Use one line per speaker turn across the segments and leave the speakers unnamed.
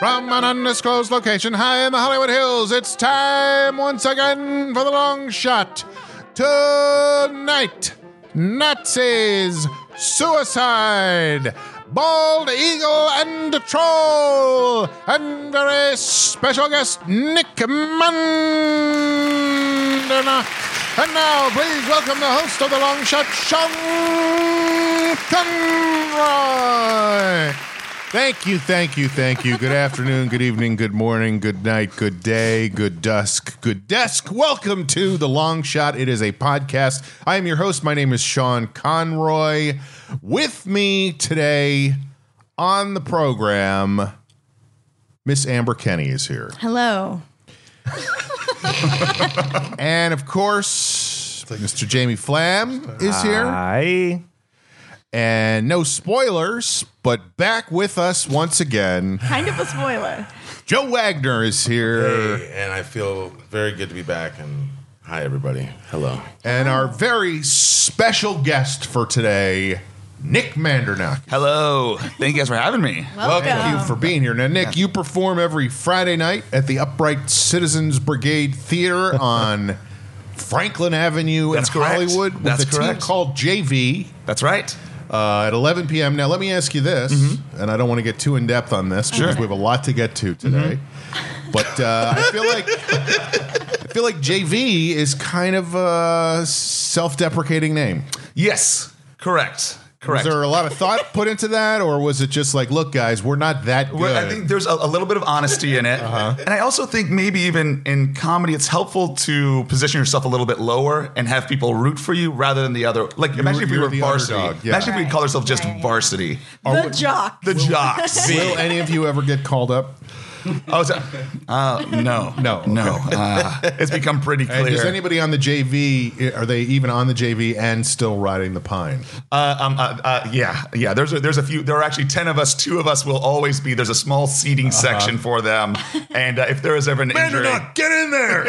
From an undisclosed location high in the Hollywood Hills, it's time once again for the long shot. Tonight, Nazis, suicide, bald eagle and troll, and very special guest Nick Mandernach. And now, please welcome the host of the long shot, Sean Conroy. Thank you, thank you, thank you. Good afternoon, good evening, good morning, good night, good day, good dusk, good desk. Welcome to The Long Shot. It is a podcast. I am your host. My name is Sean Conroy. With me today on the program, Miss Amber Kenny is here.
Hello.
And of course, Mr. Jamie Flam is here.
Hi.
And no spoilers, but back with us once again.
Kind of a spoiler.
Joe Wagner is here.
Hey, and I feel very good to be back. And hi, everybody. Hello.
And our very special guest for today, Nick Mandernach.
Hello. Thank you guys for having me.
Welcome.
Thank you for being here. Now, Nick, you perform every Friday night at the Upright Citizens Brigade Theater on Franklin Avenue
That's
in
correct.
Hollywood with
That's
a team
correct.
called JV.
That's right.
uh, at 11 p.m. Now, let me ask you this,
Mm-hmm.
and I don't want to get too in depth on this because we have a lot to get to today. But uh, I feel like I feel like JV is kind of a self-deprecating name.
Yes. Correct.
Was
Correct.
there a lot of thought put into that, or was it just like, look, guys, we're not that good? Uh-huh.
Well, I think there's a, a little bit of honesty in it. And I also think maybe even in comedy, it's helpful to position yourself a little bit lower and have people root for you rather than the other. Like, imagine if we
you're
were
the
varsity.
underdog, yeah.
Imagine if we
Right.
called ourselves just
Yeah, yeah.
varsity.
The jock.
The jocks.
Will any of you ever get called up?
oh, so, uh, no.
No,
No. Uh, it's become pretty clear.
And does anybody on the JV are they even on the JV and still riding the pine?
Uh, um, uh, uh, yeah, yeah. There's a, there's a few. There are actually ten of us. Two of us will always be. There's a small seating
Uh-huh.
section for them. And uh, if there is ever an injury,
get in there.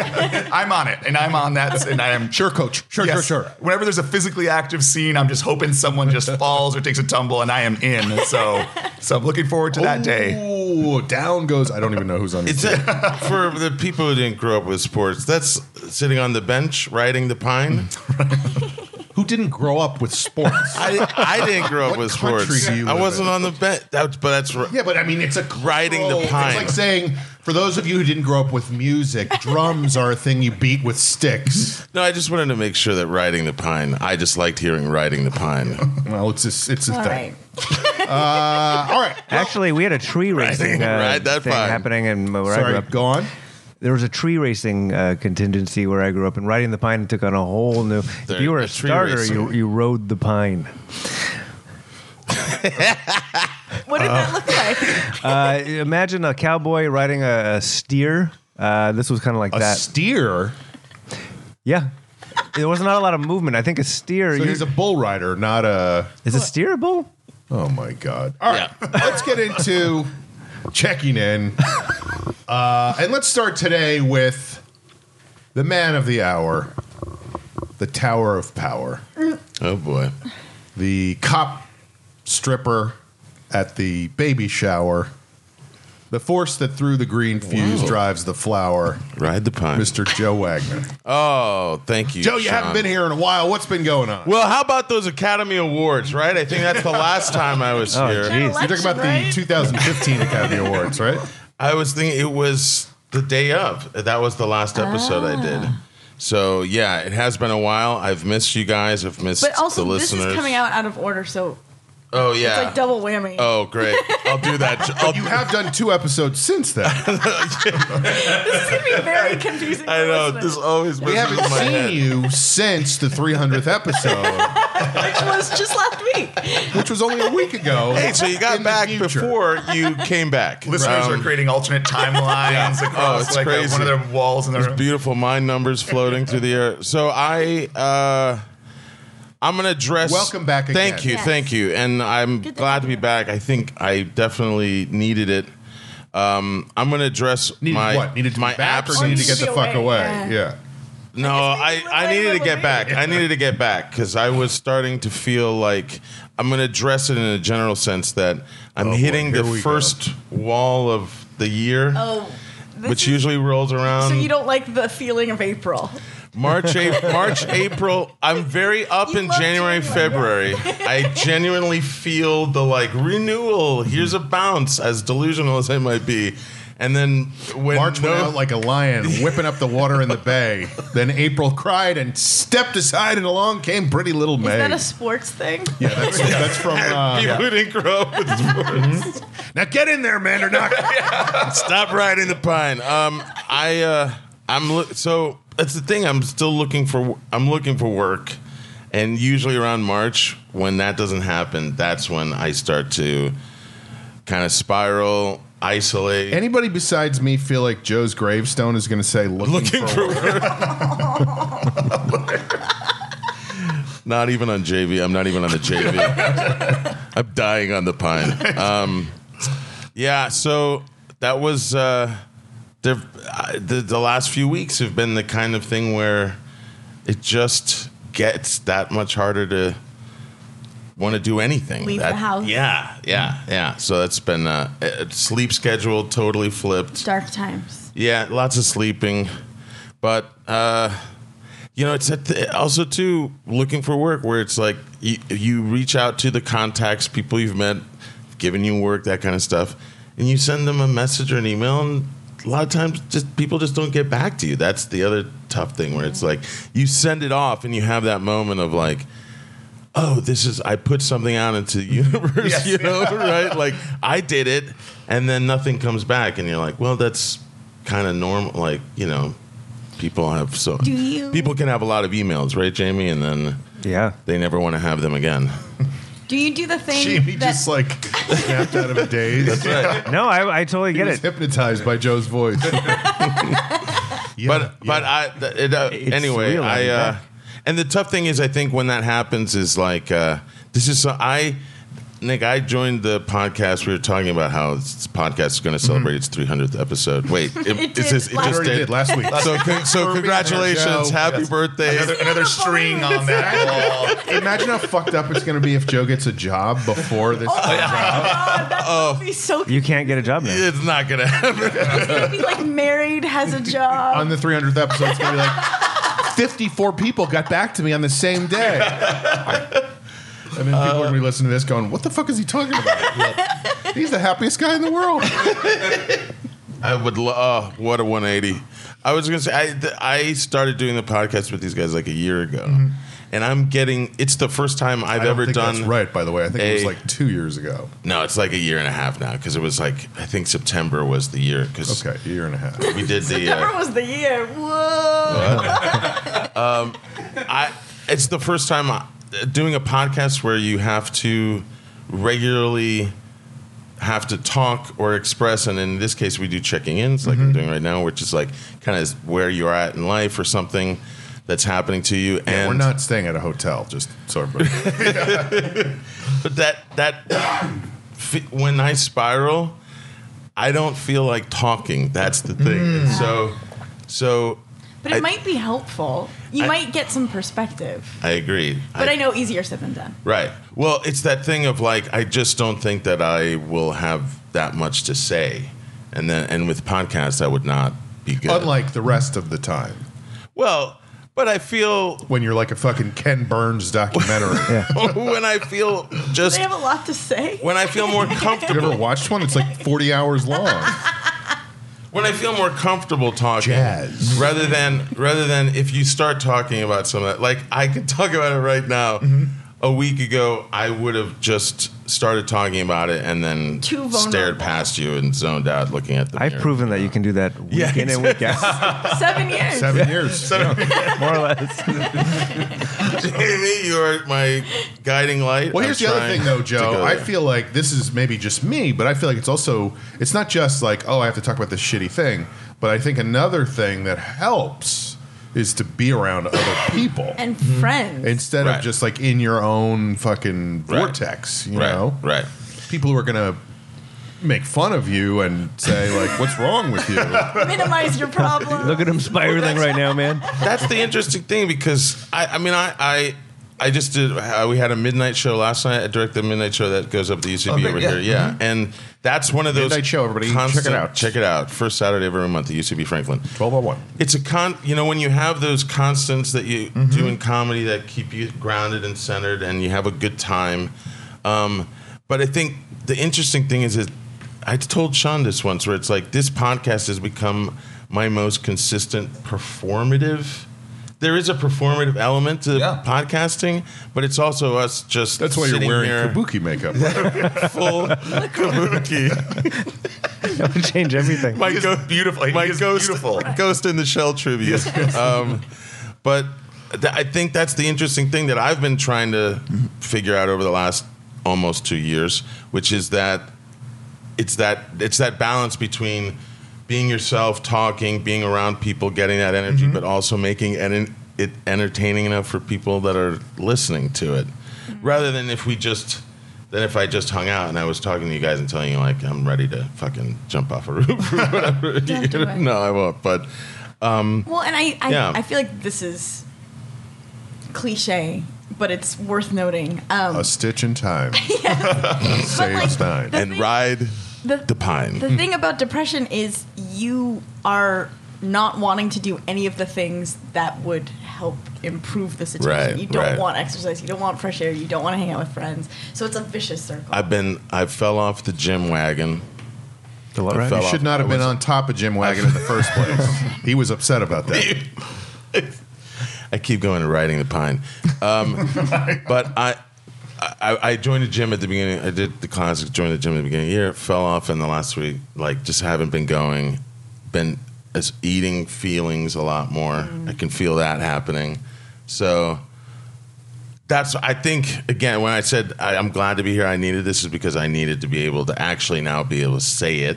I'm on it, and I'm on that, and I am
sure, coach. Sure,
Yes.
sure, sure.
Whenever there's a physically active scene, I'm just hoping someone just falls or takes a tumble, and I am in. So, so I'm looking forward to that day.
Oh.
Ooh, down goes. I don't even know who's on.
It's for the people who didn't grow up with sports. That's sitting on the bench riding the pine.
Who didn't grow up with sports?
I, I didn't grow up
What
with
country
sports.
do you
I
live
wasn't
in?
on the bench. That's but that's r-
yeah, but I mean, it's a cultural-
Riding the pine.
It's like saying, for those of you who didn't grow up with music, drums are a thing you beat with sticks.
no. I just wanted to make sure that riding the pine. I just liked hearing riding the pine.
Well, it's a, it's a
All
thing.
right.
Uh, all right.
Actually, we had a tree racing uh,
Ride that
thing
vine.
happening in where I
Sorry,
grew up.
go on.
There was a tree racing uh, contingency where I grew up, and riding the pine took on a whole new.
There-
if you were
a
a
tree
starter,
racer.
you, you rode the pine.
What did that look like?
Uh, imagine a cowboy riding a, a steer. Uh, this was kind of like
A
that.
steer.
yeah, there was not a lot of movement. I think a steer.
So
you're-
he's a bull rider, not a.
is it steerable?
Oh my god! All right,
Yeah.
let's get into checking in, uh, and let's start today with the man of the hour, the Tower of Power.
Oh boy.
the cop stripper at the baby shower, the force that threw the green fuse drives the flower,
Ride the pine.
Mr. Joe Wagner.
Oh, thank you,
Joe, you haven't
Sean.
been here in a while. What's been going on?
Well, how about those Academy Awards, right? I think that's the last time I was
Oh,
here.
geez.
An
You're talking about the
election,
2015 Academy Awards, right?
I was thinking it was the day of. That was the last episode I did.
Ah.
So yeah, it has been a while. I've missed you guys. I've missed
But also,
the
this
listeners.
is coming out out of order, so
Oh yeah.
it's like double whammy.
oh great. I'll do that. I'll
You have done two episodes since then.
This is going to be very confusing.
I
for
know
listeners,
this always
We
messes
haven't
with my
seen
head.
you since the 300th episode,
Which was just last week.
which was only a week ago.
Hey, so you got
In the
back
future.
before you came back.
Listeners
Um,
are creating alternate timelines
Oh,
across
it's
like uh,
crazy.
one of their walls and their.
beautiful mind numbers floating through the air. So I, uh, I'm gonna dress.
Welcome back again.
Thank you,
Yes.
thank you, and I'm
Good to
glad
have
to be
you.
back. I think I definitely needed it. Um, I'm gonna dress
Needed
my
what? Needed to
my
be back or
absence.
needed to get the
Be
fuck
away,
away?
yeah.
yeah.
No, I,
guess maybe
I
we'll
needed to
label
get
it
back. I needed to get back because I was starting to feel like I'm going to address it in a general sense that I'm
Oh, boy,
hitting
here
the
we go.
first wall of the year,
Oh, this
which
is-
usually rolls around
So you don't like the feeling of April.
March, April, March, April. I'm very up
You
in
love
January, February.
January.
I genuinely feel the like renewal. Here's a bounce, as delusional as I might be. And then when
March went
no-
out like a lion, whipping up the water in the bay. Then April cried and stepped aside, and along came pretty little May.
Is that a sports thing?
yeah, that's, that's from. Uh,
people who didn't grow up with
now get in there, Mandernock.
Stop riding the pine. Um, I uh, I'm look so that's the thing. I'm still looking for I'm looking for work, and usually around March, when that doesn't happen, that's when I start to kind of spiral, isolate.
Anybody besides me feel like Joe's gravestone is going to say looking,
looking
for,
for
work?
work. not even on JV. I'm not even on the JV. I'm dying on the pine. Um, yeah, so that was uh, there, I, the the last few weeks have been the kind of thing where it just gets that much harder to want to do anything.
Leave
That-
the house.
Yeah, yeah, yeah. So that's been uh, uh, sleep schedule totally flipped.
Dark times.
Yeah, lots of sleeping, but uh, you know, it's at the, also too looking for work where it's like you, you reach out to the contacts, people you've met, given you work, that kind of stuff, and you send them a message or an email, and a lot of times just people just don't get back to you. That's the other tough thing where it's like you send it off and you have that moment of like. Oh, this is I put something out into the universe,
Yes.
you know, right? Like I did it and then nothing comes back and you're like, well, that's kind of normal like, you know, people have so
Do you-
people can have a lot of emails, right, Jamie? And then
Yeah.
they never want to have them again.
Do you do the thing
Jamie
that
just like snapped out of a daze.
No, I, I totally
He
get
was
it.
hypnotized by Joe's voice. Yeah,
but
yeah.
but I th- it, uh,
It's
anyway
real, I
I
mean,
uh,
that-
and the tough thing is I think when that happens is like uh, this is so I Nick I joined the podcast we were talking about how this podcast is going to celebrate its 300th episode wait it,
It
it's
did
just-
I
it
last
just
already
did,
did last week.
so con- so
Joe.
congratulations happy birthday
Another, another string on that wall.
Imagine how fucked up it's going to be if Joe gets a job before this.
Oh, God, that would be so
You can't get a job now.
it's not going to happen
I'd be like married, has a job.
on the 300th episode, it's going to be like 54 people got back to me on the same day. And then people are going to be listening to this going, what the fuck is he talking about? He's the happiest guy in the world.
I would lo- oh, what a 180. I was going to say, I, th- I started doing the podcast with these guys like a year ago. And I'm getting, it's the first time
Mm-hmm.
I've
I don't
ever
think
done.
that's right, by the way. I think it was
a-
like two years ago.
No, it's like a year and a half now because it was like, I think September was the year because
Okay, a year and a half.
we did the.
September
Uh,
was the year. Whoa.
I, it's the first time I, doing a podcast where you have to regularly have to talk or express and in this case we do checking ins like
Mm-hmm.
i'm doing right now which is like kind of where you're at in life or something that's happening to you and
We're not staying at a hotel, just so everybody.
but that that fe- when I spiral, I don't feel like talking. That's the thing. And
Mm.
so, so
But it
I-
might be helpful. You
I-
might get some perspective.
I agree.
But I, know easier said than done.
Right. Well, it's that thing of like I just don't think that I will have that much to say, and then and with podcasts I would not be good.
Unlike the rest of the time,
well, but I feel
when you're like a fucking Ken Burns documentary.
when I feel just
They have a lot to say.
when I feel more
You ever
comfortable
watched one? It's like 40 hours long.
when I feel more comfortable talking,
Jazz.
rather than rather than if you start talking about something like I could talk about it right now.
Mm-hmm.
A week ago, I would have just started talking about it and then
Too vulnerable.
stared past you and zoned out, looking at the.
I've
mirror.
proven that you can do that week
Yeah,
in and week out,
Seven years.
Seven years.
more or less.
Jamie, you are my guiding light.
Well,
I'm
here's the other
trying
thing, though,
to
Joe.
go
I
there.
feel like this is maybe just me, but I feel like it's also it's not just like oh, I have to talk about this shitty thing. But I think another thing that helps is to be around other people
And
Mm-hmm.
friends.
instead
Right.
of just like in your own fucking
Right.
vortex. You
right,
know,
right.
people who are gonna make fun of you and say like, "What's wrong with you?"
Minimize your problem.
Look at him spiraling right now, man.
That's the interesting thing because I, I mean, I, I, I just did. Uh, we had a midnight show last night. I directed a midnight show that goes up the UCB
Oh, great,
over
yeah.
here. Yeah, and that's one of those
Mm-hmm. Midnight show, everybody. Check it out.
Check it out. First Saturday of every month at UCB Franklin.
Twelve oh one.
It's a con. You know, when you have those constants that you
Mm-hmm.
do in comedy that keep you grounded and centered, and you have a good time. Um, but I think the interesting thing is that I told Sean this once, where it's like this podcast has become my most consistent performative. There is a performative element to
Yeah.
podcasting, but it's also us just.
That's why you're
sitting
wearing
here
kabuki makeup.
full kabuki.
That would change everything.
My
He is
go-
beautiful. He
my
is
ghost,
beautiful.
Ghost in the Shell tribute. um, but th- I think that's the interesting thing that I've been trying to figure out over the last almost two years, which is that it's that it's that balance between being yourself, talking, being around people, getting that energy,
Mm-hmm.
but also making en- it entertaining enough for people that are listening to it,
Mm-hmm.
rather than if we just. than if I just hung out and I was talking to you guys and telling you like I'm ready to fucking jump off a roof or whatever.
Don't do it.
no, I won't. But
Well, and I, I,
Yeah.
I feel like this is cliche, but it's worth noting. Um,
A stitch in time
but like,
saves nine.
the
and
thing-
ride
the,
the pine.
the thing about depression is you are not wanting to do any of the things that would help improve the situation.
Right,
you don't
right.
want exercise, you don't want fresh air, you don't want to hang out with friends. So it's a vicious circle.
I've been I fell off the gym wagon.
The what, right?
fell
You should
off.
not have
I
been
was-
on top of Jim Wagon in the first place. He was upset about that.
I keep going to riding the pine. Um, but I, I I joined a gym at the beginning. I did the classics. Joined the gym at the beginning of the year. Fell off in the last week. Like just haven't been going. Been as eating feelings a lot more. I can feel that happening. So that's I think again when I said I, I'm glad to be here. I needed this is because I needed to be able to actually now be able to say it,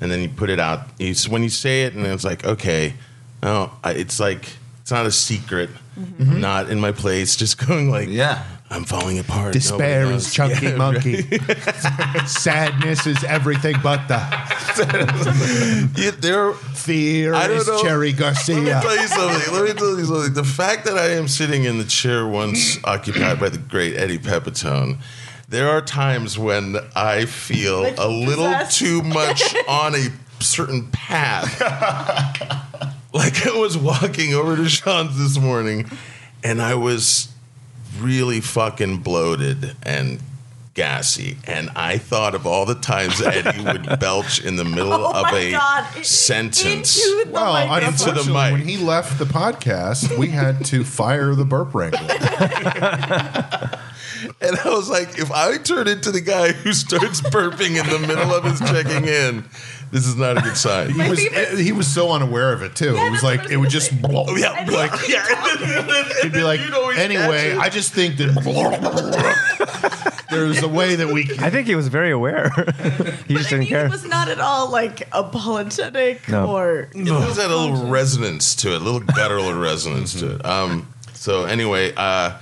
and then you put it out. You, s- when you say it, and it's like okay, no, I, it's like it's not a secret.
Mm-hmm.
I'm not in my place, just going like
Yeah.
I'm falling apart.
Despair
Nobody
is
knows.
chunky
Yeah,
monkey. Sadness is everything but the
right. You- there.
fear
I don't
is
know.
Cherry
Let me
Garcia.
tell you something. Let me tell you something. The fact that I am sitting in the chair once occupied by the great Eddie Pepitone, there are times when I feel
Like
a little
possessed.
too much on a certain path. like I was walking over to Sean's this morning, and I was really fucking bloated and gassy. And I thought of all the times Eddie would belch in the middle
oh
of
my
a
God. i-
sentence.
Into the
Well,
microphone.
Into the
unfortunately,
mic.
when he left the podcast, we had to fire the burp wrangler.
And I was like, if I turn into the guy who starts burping in the middle of his checking in, this is not a good sign.
He was,
favorite-
he was so unaware of it too.
Yeah,
it was
that's what
like
I was
it would
gonna
just
say.
blow.
Yeah,
I
like
love
yeah.
He'd be like,
You'd always
anyway,
catch it.
I just think that there's a way that we can.
I think he was very aware. he just
I
didn't
mean,
care.
It was not at all like apologetic
No.
or
It was had a little resonance to it, a little guttural resonance to it.
Mm-hmm.
Um, so anyway, uh,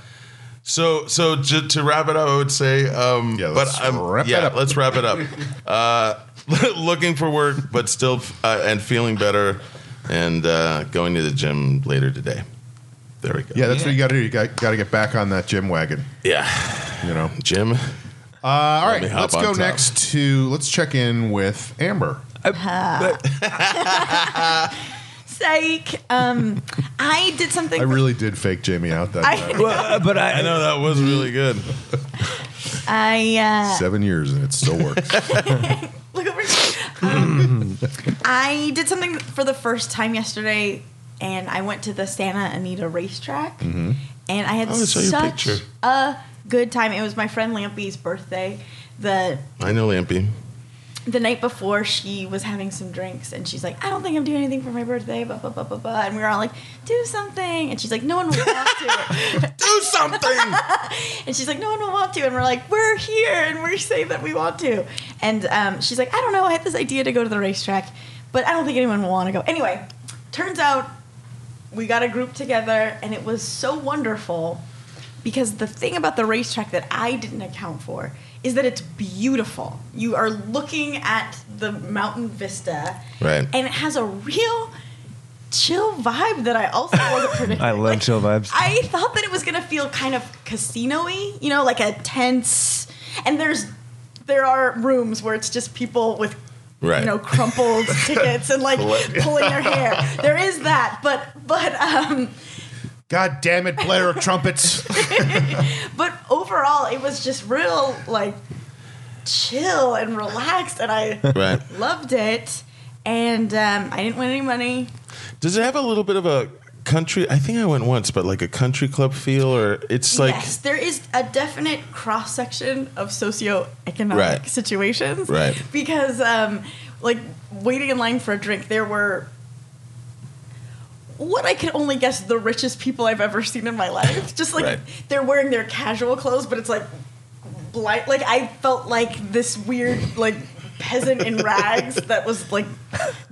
so so to, to wrap it up, I would say, um,
Yeah,
but
let's
I'm,
wrap it
yeah,
up.
let's wrap it up. Uh, looking for work, but still uh, and feeling better, and uh, going to the gym later today. There we go.
Yeah, that's what you got to do. You got got to get back on that gym wagon.
yeah,
You know.
Jim.
Uh, all right,
me hop
let's
on
go
top.
next to let's check in with Amber.
psych. Um, I did something.
I really did fake Jamie out that night.
I,
but I,
I know that was really good.
I uh,
Seven years and it still works.
Look over. Um, I did something for the first time yesterday, and I went to the Santa Anita racetrack, and I had
Mm-hmm. I wanna show you a
such
picture.
a good time. It was my friend Lampy's birthday. The
I know Lampy.
the night before she was having some drinks and she's like, I don't think I'm doing anything for my birthday, blah blah blah blah blah. And we were all like, do something. And she's like, no one will want to.
Do something.
and she's like, no one will want to. And we're like, we're here and we're saying that we want to. And um, she's like, I don't know. I had this idea to go to the racetrack, but I don't think anyone will want to go. Anyway, turns out we got a group together and it was so wonderful because the thing about the racetrack that I didn't account for is that it's beautiful. You are looking at the mountain vista,
Right.
And it has a real chill vibe that I also wasn't predicting.
I love chill vibes.
I thought that it was gonna feel kind of casino-y, you know, like a tense. And there's there are rooms where it's just people with
Right.
you know crumpled tickets and like pulling their hair. There is that, but but um,
God damn it, Blair of Trumpets.
but overall, it was just real like chill and relaxed, and I
Right.
loved it. And um, I didn't win any money.
Does it have a little bit of a country? I think I went once, but like a country club feel, or it's like
yes, there is a definite cross section of socioeconomic
Right.
situations.
Right.
Because, um, like, waiting in line for a drink, there were what I could only guess the richest people I've ever seen in my life. Just like
Right.
they're wearing their casual clothes, but it's like, blind, like I felt like this weird like peasant in rags that was like.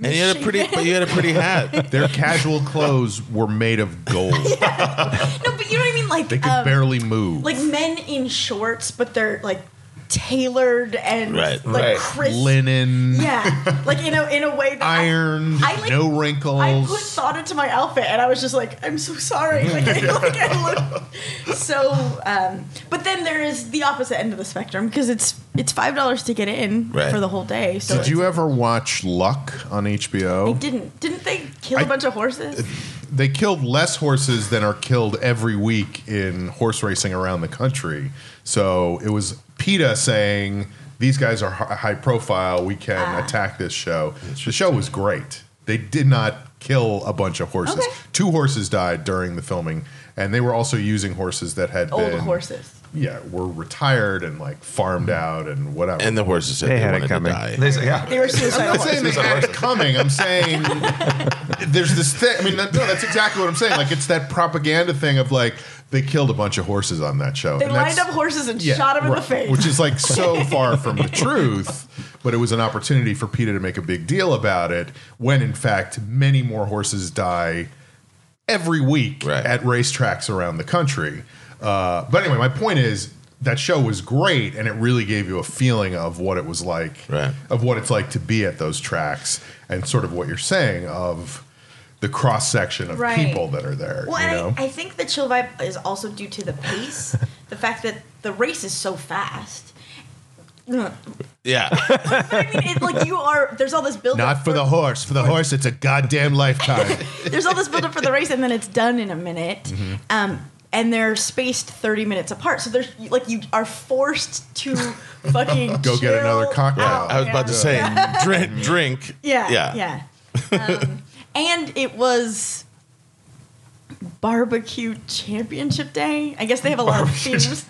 and you had a pretty, but you had a pretty hat.
Their casual clothes were made of gold.
no, but you know what I mean. Like
They could
um,
barely move.
like men in shorts, but they're like tailored and
Right.
like
Right.
crisp.
Linen,
Yeah, like in a in a way that I-
iron, no wrinkles.
I put thought into my outfit, and I was just like, "I'm so sorry." Like, I, like I look so. Um, but then there is the opposite end of the spectrum because it's it's five dollars to get in
Right.
for the whole day. So
Did you
it's-
ever watch Luck on HBO?
I didn't didn't they kill a
I-
bunch of horses?
They killed less horses than are killed every week in horse racing around the country. So it was PETA saying, these guys are hi- high profile. We can
Ah.
attack this show. The show was great. They did not kill a bunch of horses.
Okay.
Two horses died during the filming, and they were also using horses that had
Old
been
horses.
Yeah, were retired and like farmed out and whatever.
Hmm. And the horses said
They
they,
had it
wanted to
coming.
die.
They say, yeah.
They were
I'm
suicidal.
not saying they had it coming. I'm saying there's this thing. I mean, that- no, that's exactly what I'm saying. Like, it's that propaganda thing of like they killed a bunch of horses on that show.
They
And
lined
that's-
up horses and
yeah,
shot him in
right,
the face.
which is like so far from the truth. But it was an opportunity for PETA to make a big deal about it, when in fact many more horses die every week
Right.
at racetracks around the country. Uh, but anyway, my point is that show was great, and it really gave you a feeling of what it was like,
Right.
of what it's like to be at those tracks, and sort of what you're saying of the cross section of
Right.
people that are there.
Well,
you
and
know?
I, I think the chill vibe is also due to the pace, the fact that the race is so fast. But
Yeah,
I mean, it, like you are, there's all this build
not for the horse. For the horse, it's a goddamn lifetime.
there's all this build up for the race, and then it's done in a minute.
Mm-hmm.
Um, and they're spaced 30 minutes apart, so there's like you are forced to fucking
Go get another
chill
cocktail.
out.
I was about to
Yeah.
say drink, drink.
Yeah,
yeah,
yeah. Um, and it was barbecue championship day. I guess they have a lot of themes.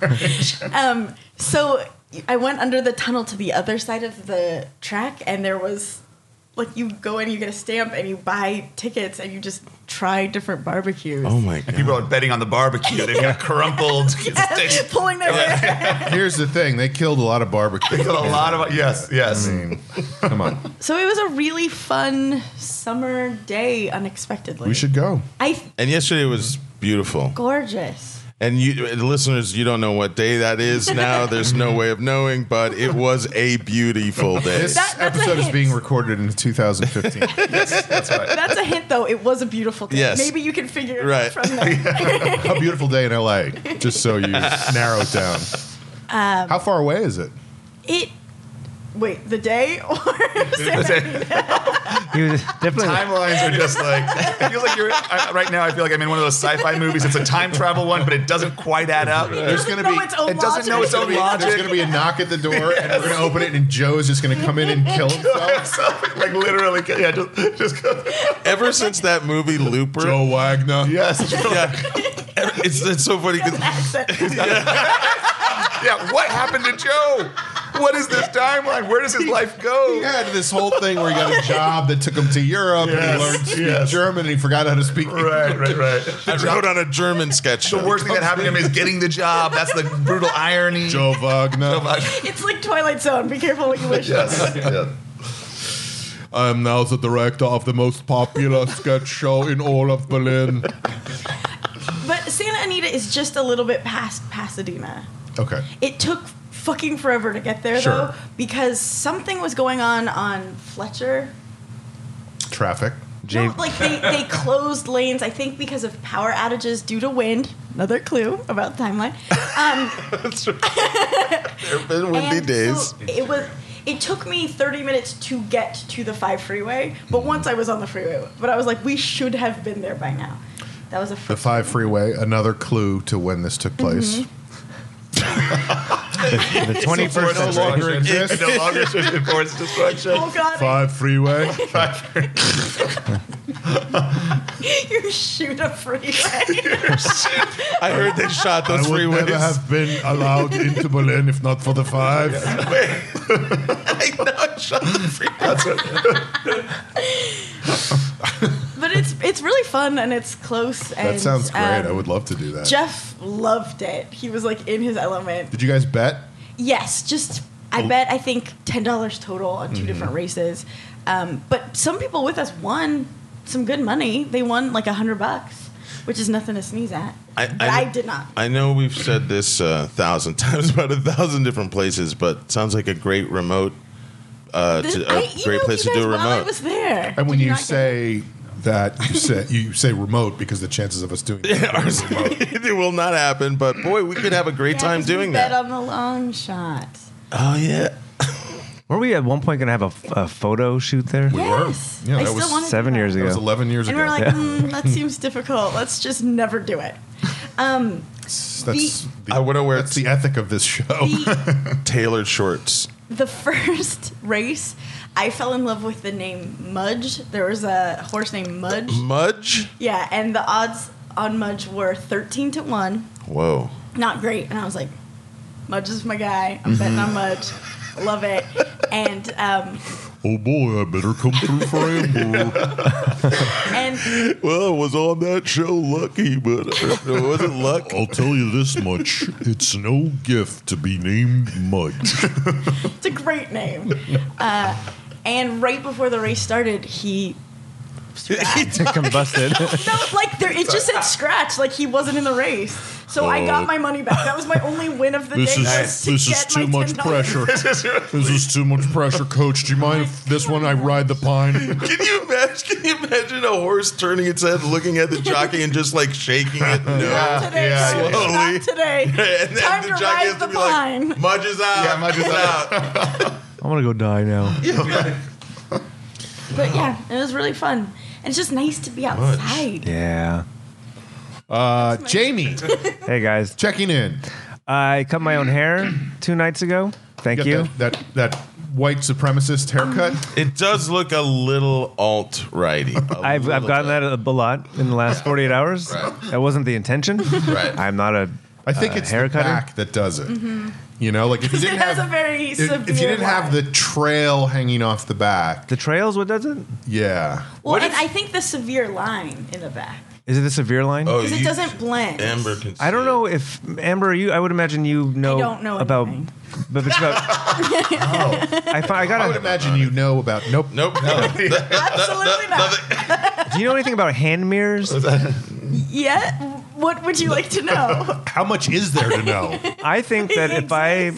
um, so I went under the tunnel to the other side of the track, and there was like you go in, you get a stamp, and you buy tickets, and you just try different barbecues.
Oh my god.
People are betting on the barbecue. They've got crumpled.
Yes, pulling their hair.
Here's the thing: they killed a lot of barbecue.
They got a lot of yes, yes.
I mean, come on,
So it was a really fun summer day, unexpectedly.
we should go.
I
And yesterday was beautiful.
gorgeous.
And you, the listeners, you don't know what day that is now. There's no way of knowing, but it was a beautiful day.
This
That- that's a
episode is
hint.
being recorded in 2015.
That's a hint, though. It was a beautiful day.
Yes.
Maybe you can figure it
Right.
out from there.
a beautiful day in LA. Just so you narrow it down.
Um,
How far away is it?
It. Wait, the day or
He was definitely.
Timelines are just like it feels like you're I, right now. I feel like I'm in one of those sci-fi movies. It's a time travel one, but it doesn't quite add up.
There's
doesn't
gonna
know
be-
its own
it doesn't know its
There's
own
gonna be- There's going to be a knock at the door, and we're going to open it, and Joe's just going to come in and kill himself.
like literally, yeah, just, just go.
Ever since that movie Looper,
Wagner.
yes,
yeah, it's, it's so funny 'cause
accent.
yeah. What happened to Joe? What is this timeline? Where does his life
He
go?
had this whole thing where he got a job that took him to Europe, and
Yes,
he learned to speak
yes.
German, and he forgot how to speak
Right, right, right.
I wrote on a German sketch show.
The worst thing that happened to him is getting the job. That's the brutal irony.
Joe Wagner.
It's like Twilight Zone. Be careful what you wish.
Yes. yes.
I am now the director of the most popular sketch show in all of Berlin.
But Santa Anita is just a little bit past Pasadena.
Okay.
It took fucking forever to get there
Sure.
though because something was going on on Fletcher.
Traffic.
Jay-
No, like they, they closed lanes, I think, because of power outages due to wind. Another clue about the timeline. Um,
There have been windy
and so
days.
it was. It took me 30 minutes to get to the five freeway, but once I was on the freeway, but I was like, we should have been there by now. That was a
The
first
five freeway. Another clue to when this took place.
Mm-hmm.
The 21st
It no
century.
longer exists.
no longer searching for its destruction.
Oh god,
Five freeway.
you shoot a freeway.
I heard they shot
I
those
would
freeways.
never have been allowed into Berlin if not for the five.
I know, shot the freeway.
but it's it's really fun and it's close. And,
That sounds great. I
um,
would love to do that.
Jeff loved it. He was like in his element.
Did you guys bet?
Yes, just
Oh.
I bet I think ten dollars total on 2
Mm-hmm.
different races. Um, but some people with us won some good money. They won like a hundred bucks, which is nothing to sneeze at. but I, did not.
I know we've said this uh, a thousand times about a thousand different places, but sounds like a great remote, uh,
This-
to, a
I
great
emailed
place to
you
do a
guys while I
remote.
was there.
And when
Did
you
not get it?
say that, you say you say remote because the chances of us doing that
Yeah, ours- it will not happen, but boy, we could have a great
Yeah,
time
'cause we
doing
bet
that.
on the long shot.
Oh yeah,
Were we at one point going to have a, f- a photo shoot there?
were.
yes,
Yeah,
I
that
still
was
wanted to
Seven
do
years
that.
That was
ago.
11 years
And
ago.
we're like, mm, that seems difficult. Let's just never do it. Um,
that's the,
I wanna wear-
That's the ethic of this show.
the-
tailored shorts.
the first race, I fell in love with the name Mudge. There was a horse named Mudge.
Mudge.
Yeah, and the odds on Mudge were 13 to 1.
Whoa.
Not great. And I was like, Mudge is my guy.
Mm-hmm.
I'm betting on Mudge. Love it. And um,
oh boy, I better come through for Amber.
and
Well, I was on that show lucky, but it wasn't luck.
I'll tell you this much: it's no gift to be named Mudge.
it's a great name. Uh, and right before the race started, he
It combusted.
No, like there, it just said scratch. Like he wasn't in the race. So I got my money back. That was my only win of the
Oh. This
day.
is
was to
this is
get
too
my
much
$10.
pressure. This is too much pressure, Coach. Do you mind if this one I ride the pine?
Can you imagine? Can you imagine a horse turning its head, looking at the jockey, and just like shaking it? No.
Not today.
Yeah,
Coach.
yeah. Slowly.
Not today.
And then
Time
the
to
jockey
rise
has
the
to be like,
pine.
Mudge is out.
Yeah, Mudge is out.
I want to go die now.
But yeah, it was really fun. And it's just nice to be outside.
Yeah.
Uh, Jamie,
Hey guys,
checking in.
I cut my own hair two nights ago. Thank
Got
you.
That, that that white supremacist haircut.
It does look a little alt righty.
I've, I've gotten that a, a lot in the last 48 hours.
Right.
That wasn't the intention.
Right.
I'm not a.
I think
uh,
it's the
haircutter.
back that does it. You know, like if you
Because
didn't
it has
have
Mm-hmm. a very
if,
severe.
if you didn't have the
line.
trail hanging off the back,
The trails, what does it?
yeah.
well,
what
and
if-
I think the severe line in the back
Is it the severe line?
Oh,
because it
you-
doesn't blend.
Amber can.
I don't
see
know
it.
if Amber. You, I would imagine you know,
don't know
about,
anything.
but it's about. I, fi- I
I would
got.
imagine you know about nope.
Nope. No.
Absolutely not.
Do you know anything about hand mirrors?
Yet, what would you like to know?
How much is there to know?
I think that if I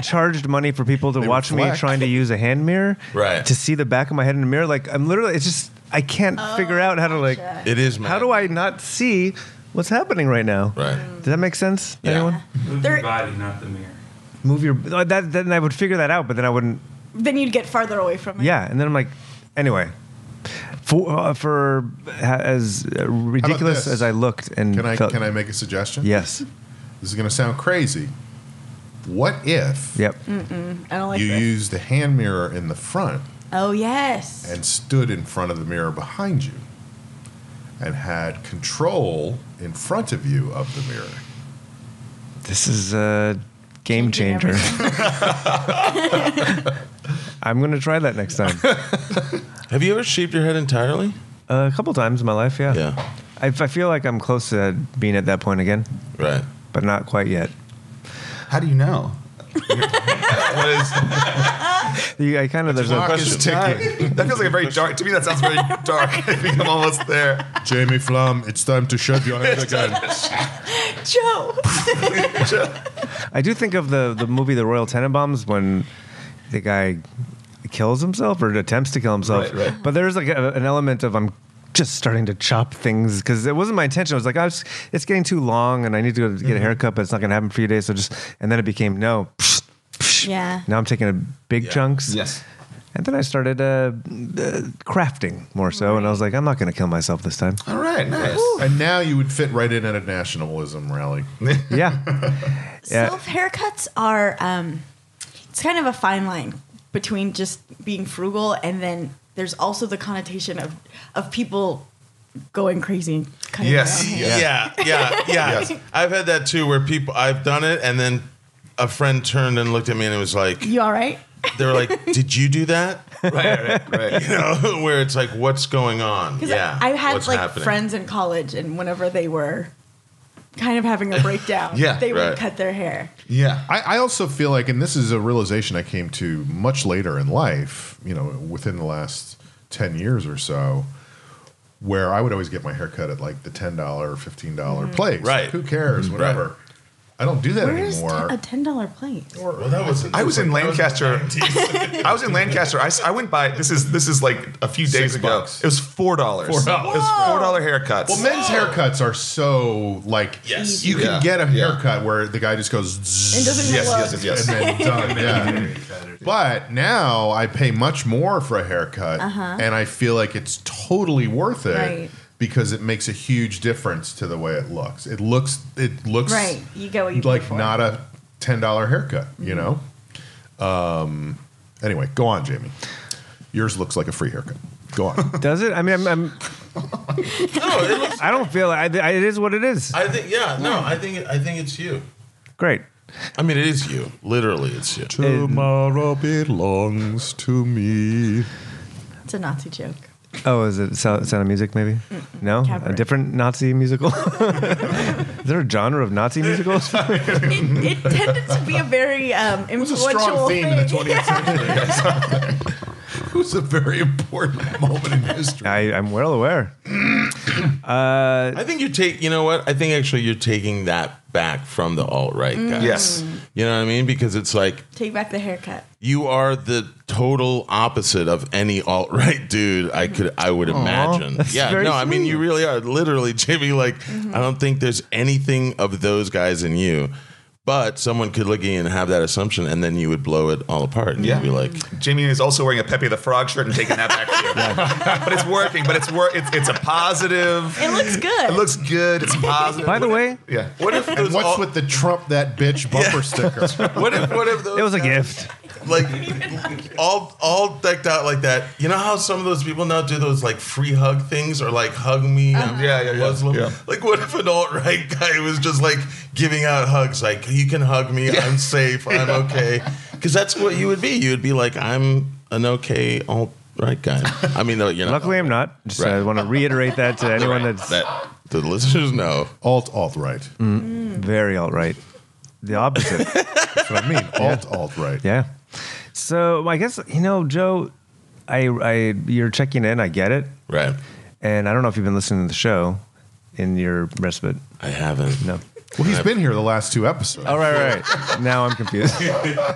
charged money for people to watch me
reflect.
trying to use a hand mirror,
Right.
to see the back of my head in the mirror, like I'm literally, it's just I can't figure out how to like.
Oh, gotcha.
it is.
How do I not see what's happening right now?
Right.
Mm.
Does that make sense?
Yeah.
Anyone?
Move
There-
your body, not the mirror.
Move your oh, that. Then I would figure that out, but then I wouldn't.
then you'd get farther away from it.
Yeah, and then I'm like, anyway. For, uh, for ha- as uh, ridiculous
this?
as I looked and
Can I
felt,
can I make a suggestion?
yes,
This is going to sound crazy. What if
yep,
I don't like
you
this.
used the hand mirror in the front
Oh yes.
and stood in front of the mirror behind you and had control in front of you of the mirror?
this is a game
Changing
changer. I'm gonna try that next time.
Have you ever shaved your head entirely?
a couple times in my life, yeah.
Yeah.
I, I feel like I'm close to being at that point again,
Right.
but not quite yet.
How do you know? What is,
You, I kind of there's
Clock
a
is
that
ticking.
feels like a very dark. To me, that sounds very dark. I think I'm almost there.
Jamie Flum, it's time to shove your head again.
Joe.
I do think of the the movie The Royal Tenenbaums when the guy kills himself or attempts to kill himself.
Right, right.
But there's like a, an element of I'm just starting to chop things because it wasn't my intention. I was like, I was, it's getting too long and I need to go get
Mm-hmm.
a haircut, but it's not going to happen for a few days. So just and then it became no. Psh, psh.
Yeah.
Now I'm taking a big
Yeah.
chunks.
Yes.
And then I started uh, uh, crafting more so, and I was like, I'm not going to kill myself this time.
All right. Nice.
And now you would fit right in at a nationalism rally.
yeah. Yeah.
Self haircuts are um, it's kind of a fine line between just being frugal and then there's also the connotation of of people going crazy and cutting
Yes.
their own hair.
Yeah, yeah, yeah. I've had that too, where people I've done it, and then a friend turned and looked at me, and it was like
You all right?
they were like, "Did you do that?"
Right. Right. Right.
You know, where it's like, "What's going on?"
Because
Yeah,
I had
what's
like
happening?
friends in college, and whenever they were kind of having a breakdown,
Yeah,
they
right.
would cut their hair.
Yeah.
I, I also feel like, and this is a realization I came to much later in life, you know, within the last 10 years or so, where I would always get my hair cut at like the $10, $15
Mm-hmm.
dollars place.
Right.
Like, who cares?
Mhm.
Whatever. I don't do that
Where is
anymore.
te- a ten dollar plate?
Well, that was
I was in Lancaster.
Lancaster.
I was in Lancaster. I, s- I went by. This is this is like a few days
Six
ago.
bucks.
It was four dollars. It was
$4.
four dollar haircuts.
well, men's haircuts are so like
Yes.
you
Yeah.
can get a
Yeah.
haircut where the guy just goes zzz,
And doesn't
yes,
look.
yes, yes, yes.
and then done. Yeah. But now I pay much more for a haircut, and I feel like it's totally worth it
Uh-huh. Right.
because it makes a huge difference to the way it looks. It looks it looks
Right, you get what you pay
like
for.
not a ten dollar haircut, you
Mm-hmm.
know. Um. Anyway, go on, Jamie. Yours looks like a free haircut. Go on.
Does it? I mean, I'm, I'm,
no, it looks.
I don't feel I, I, it is what it is.
I think yeah, no, I think I think it's you.
Great.
I mean, it is you. Literally, it's you.
Tomorrow belongs to me.
It's a Nazi joke.
Oh, is it Sound Sound of Music? Maybe no,
Cabaret.
a different Nazi musical. is there a genre of Nazi musicals?
It, it tended to be a very um,
It was
influential
a strong theme
thing.
in the 20th century. it was a very important moment in history.
I, I'm well aware.
I think you take, you know what? I think actually you're taking that back from the alt right guys.
Yes.
You know what I mean? Because it's like
Take back the haircut.
you are the total opposite of any alt right dude I could I would imagine.
that's
yeah, no,
very
I mean
sweet. Mm-hmm.
you really are literally Jimmy. Like I don't think there's anything of those guys in you. But someone could look at you and have that assumption, and then you would blow it all apart. And
Yeah.
you'd be like,
Jamie is also wearing a Pepe the Frog shirt and taking that back to you. But it's working. But it's wor- It's it's a positive.
It looks good.
It looks good. It's positive.
By the way,
yeah.
"What if those
And what's
alt-
with the Trump that bitch bumper sticker?
what if what if those
it was a
guys-
gift.
like all all decked out like that. You know how some of those people now do those like free hug things or like hug me. I'm
Uh-huh. Yeah, yeah, yeah,
Muslim.
yeah.
Like what if an alt right guy was just like giving out hugs? Like you can hug me. I'm safe. I'm okay. Because that's what you would be. You would be like I'm an okay alt right guy. I mean, no, you're not.
Luckily, I'm not. Just I
Right.
want to reiterate that to anyone that's
that the listeners know.
alt, alt, right.
Mm. very alt right. The opposite.
That's what I mean. Alt, alt, right.
Yeah. So I guess you know, Joe, I, I you're checking in. I get it,
Right.
and I don't know if you've been listening to the show in your respite.
I haven't.
No.
Well, he's been here the last two episodes.
All right, right, right. now I'm confused.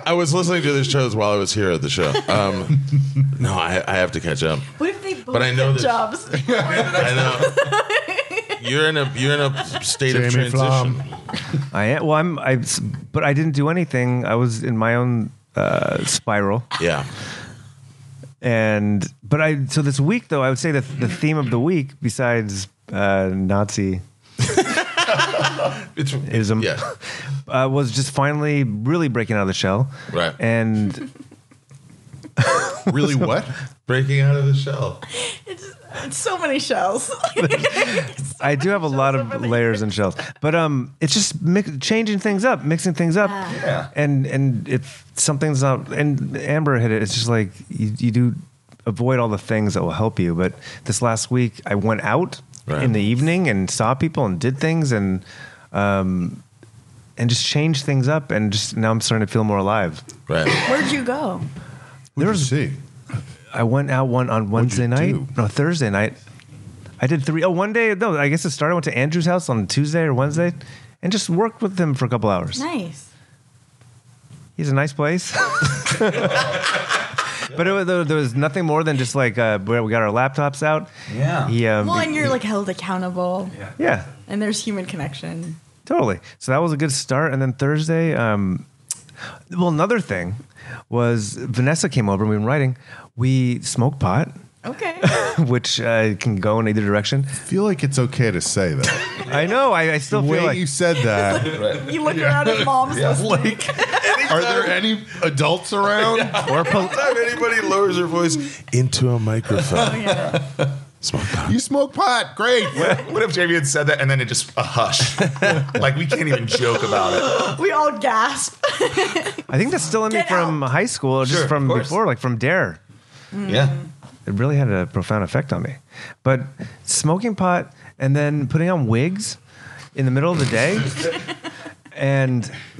I was listening to the shows while I was here at the show. Um, no, I, I have to catch up.
what if they both
I know
get
this.
jobs?
I know. You're in a you're in a state of
Jamie
transition.
Flom.
I am. Well, I'm. I, but I didn't do anything. I was in my own uh, spiral.
Yeah.
And but I. So this week, though, I would say that the theme of the week, besides uh, Nazi,
It's
Ism.
Yeah.
uh, was just finally really breaking out of the shell.
Right.
And
Really, what?
Breaking out of the shell.
It's so many shells.
I do have a lot
over
of
the
layers and shells, but um, it's just mix, changing things up, mixing things up,
Yeah.
and and if something's not, and Amber hit it, it's just like you, you do avoid all the things that will help you. But this last week, I went out
Right.
in the evening and saw people and did things, and um, and just change things up. And just now I'm starting to feel more alive.
Right.
Where'd you go?
Who'd you see?
I went out one on Wednesday night.
do?
No, Thursday night. I did three. Oh, one day. No, I guess it started. I went to Andrew's house on Tuesday or Wednesday, and just worked with him for a couple hours.
Nice.
He's a nice place. but it was, there was nothing more than just like uh, where we got our laptops out.
Yeah.
He, um,
Well, and you're like held accountable,
yeah,
and there's human connection.
totally. So that was a good start. And then Thursday, um, well, another thing was Vanessa came over. and We've been writing. We smoked pot,
Okay.
which uh, can go in either direction.
I feel like it's okay to say that.
I know. I, I still
the way
feel like
you said that.
you look around at mom's listening.
Are there any adults around?
or pol-
Time anybody lowers their voice into a microphone.
Yeah.
Smoke
You smoke pot. Great.
What if Jamie had said that and then it just a hush? like we can't even joke about it.
We all gasp.
I think that's still in me
Get
from high school, or just
Sure,
from
of course.
before, like from Dare.
Yeah.
it really had a profound effect on me. But smoking pot and then putting on wigs in the middle of the day. And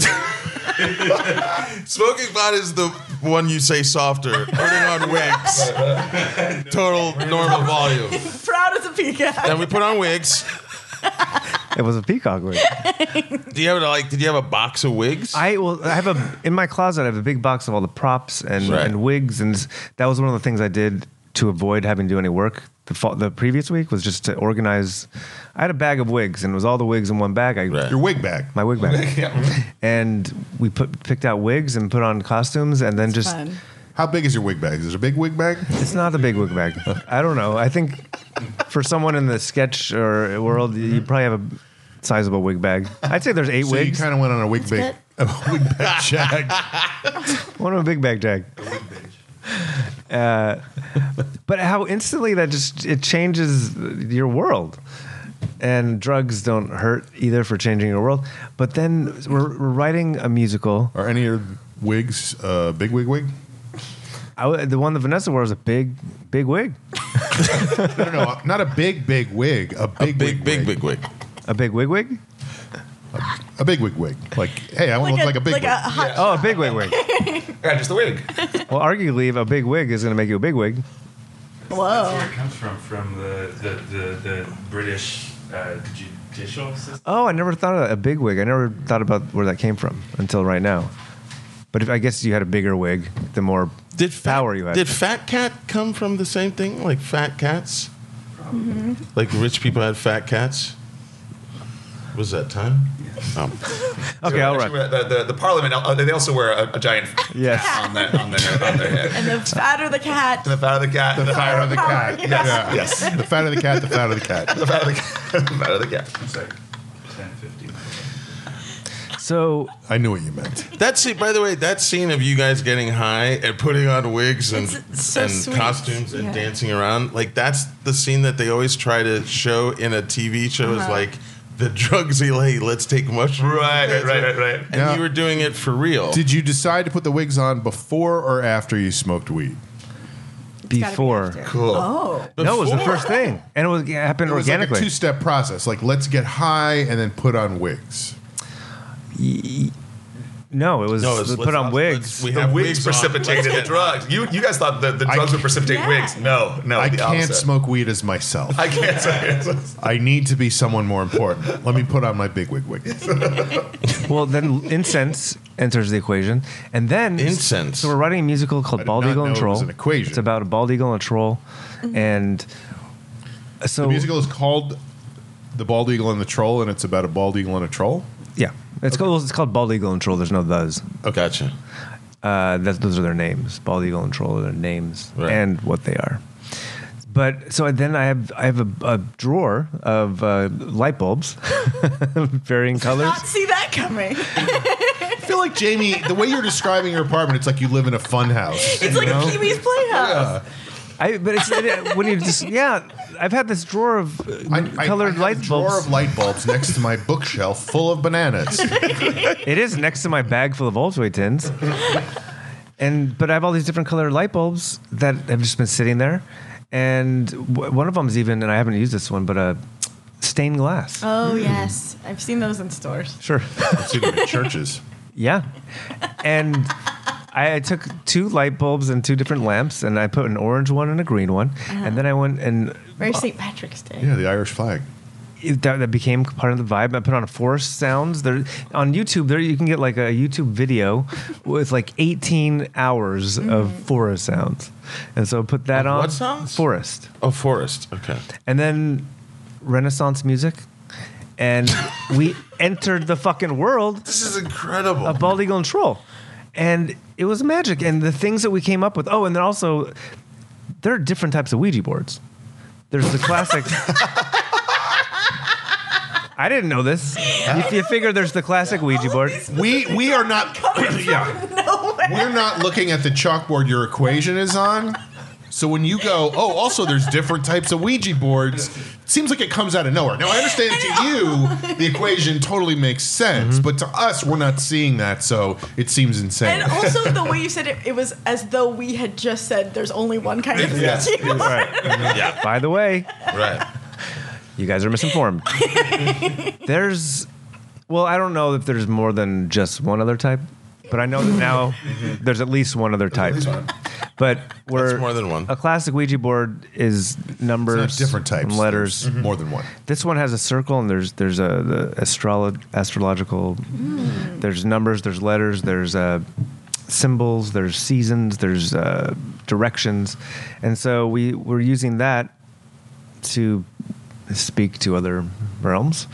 Smoking pot is the one you say softer. Putting on wigs. Total normal volume.
Proud as a peacock.
Then we put on wigs.
it was a peacock wig.
Do you have like? Did you have a box of wigs?
I well, I have a in my closet. I have a big box of all the props and,
Right.
and wigs, and that was one of the things I did to avoid having to do any work. The fa- the previous week was just to organize. I had a bag of wigs, and it was all the wigs in one bag. I
Right.
Your wig bag.
my wig bag, and we put picked out wigs and put on costumes, and then just
Fun.
How big is your wig bag? Is it a big wig bag?
It's not a big wig bag. I don't know. I think for someone in the sketch or world, you probably have a sizable wig bag. I'd say there's eight
Mm-hmm. So you
wigs.
kind of went on a wig bag. A wig bag check.
One of a big bag jag. Uh, but how instantly that just it changes your world. And drugs don't hurt either for changing your world. But then we're, we're writing a musical.
Are any of your wigs uh, big wig wig?
I w the one that Vanessa wore was a big, big wig.
No, no, no, not a big big wig. A big
big,
wig
big,
wig.
big wig.
A big wig wig?
A big wig wig. Like, hey, I want to look like a big
like
wig.
a hot
Oh, a big wig wig.
Yeah, just the wig.
Well, arguably, a big wig is going to make you a big wig.
whoa.
Where it comes from, from the, the, the, the British uh, judicial system.
Oh, I never thought of that. A big wig. I never thought about where that came from until right now. But if, I guess you had a bigger wig, the more
Did fat,
power you had.
Did fat cat come from the same thing? Like fat cats?
Mm-hmm.
Like rich people had fat cats. Was that time? Oh.
okay, all
Actually,
right.
The, the, the parliament, uh, they also wear a, a giant
Yes.
on, their, on, their, on their head.
And the fatter the cat,
The fat of the cat. The, fat
of the cat. Yeah.
Yes.
The fat of the cat, the fat of the cat.
The fat of the cat. The fat of the cat.
It's like 10, 15.
So
I knew what you meant.
That scene, by the way, that scene of you guys getting high and putting on wigs and,
It's so
and
sweet.
costumes and
Yeah.
dancing around, like that's the scene that they always try to show in a TV show
Uh-huh.
is like the drugs he like, let's take mushrooms.
Right, right, right, right, right.
And
Now-
you were doing it for real.
Did you decide to put the wigs on before or after you smoked weed?
before,
Cool.
oh,
no, it was the
Before?
first thing, and it, was, it happened
It was like a
organically.
two-step process. Like, let's get high and then put on wigs.
no, it was
No, it's-
put
let's-
on
let's-
wigs.
we
The
have
wigs
on.
precipitated the
Let's get
drugs. You you guys thought the, the
I
drugs would
can't-
precipitate
Yeah.
wigs. No, no.
I
the
can't
opposite.
smoke weed as myself.
I can't smoke.
I need to be someone more important. Let me put on my big wig wig.
well, then incense enters the equation, and then
Incense.
So we're writing a musical called
did
Bald
not
Eagle and
know it was an
Troll.
equation.
It's about a bald eagle and a troll, and uh, so
The musical is called "The Bald Eagle and the Troll," and it's about a bald eagle and a troll.
yeah, it's called it's called Bald Eagle and Troll. There's no thes.
Oh, Gotcha.
Uh, that's, those are their names. Bald eagle and troll are their names
Right.
and what they are. But so then I have I have a, a drawer of uh, light bulbs, varying colors.
not see that coming.
I feel like Jamie, the way you're describing your apartment, it's like you live in a fun house.
It's like a Pee Wee's Playhouse.
I but it's it, when you just yeah. I've had this drawer of uh, colored
have a
light
drawer
bulbs.
of light bulbs next to my bookshelf full of bananas.
it is next to my bag full of Voltway tins. and but I have all these different colored light bulbs that have just been sitting there, and w- one of them's even and I haven't used this one, but a stained glass.
Oh yes, I've seen those in stores.
Sure.
I've seen them in churches.
Yeah. And I, I took two light bulbs and two different lamps, and I put an orange one and a green one, and then I went and
Very St. Patrick's Day.
Yeah, the Irish flag.
it- that, that became part of the vibe. I put on forest sounds. There on YouTube, there you can get like a YouTube video with like 18 hours of forest sounds, and so put that
Mm-hmm. Of
on
what sounds?
forest,
Oh, forest. Okay.
and then Renaissance music, and we entered the fucking world
This is incredible.
a bald eagle and troll. And it was magic. And the things that we came up with. Oh, and then also, there are different types of Ouija boards. There's the classic. I didn't know this. If you figure there's the classic Ouija board.
We we are not yeah. We're not looking at the chalkboard your equation is on. So when you go, oh, also there's different types of Ouija boards. It seems like it comes out of nowhere. Now I understand to you the equation totally makes sense, but to us we're not seeing that, so it seems insane.
And also the way you said it, it was as though we had just said there's only one kind of
Yes,
Ouija board.
yeah.
By the way,
Right.
you guys are misinformed. there's, well, I don't know if there's more than just one other type, but I know that now there's at least one other type. But we're
Mm-hmm. That's more than one.
A classic Ouija board is numbers,
There's different types.
and letters. Mm-hmm.
There's More than one.
This one has a circle, and there's there's a the astrolo- astrological. There's numbers, there's letters, there's uh, symbols, there's seasons, there's uh, directions, and so we we're using that to speak to other realms,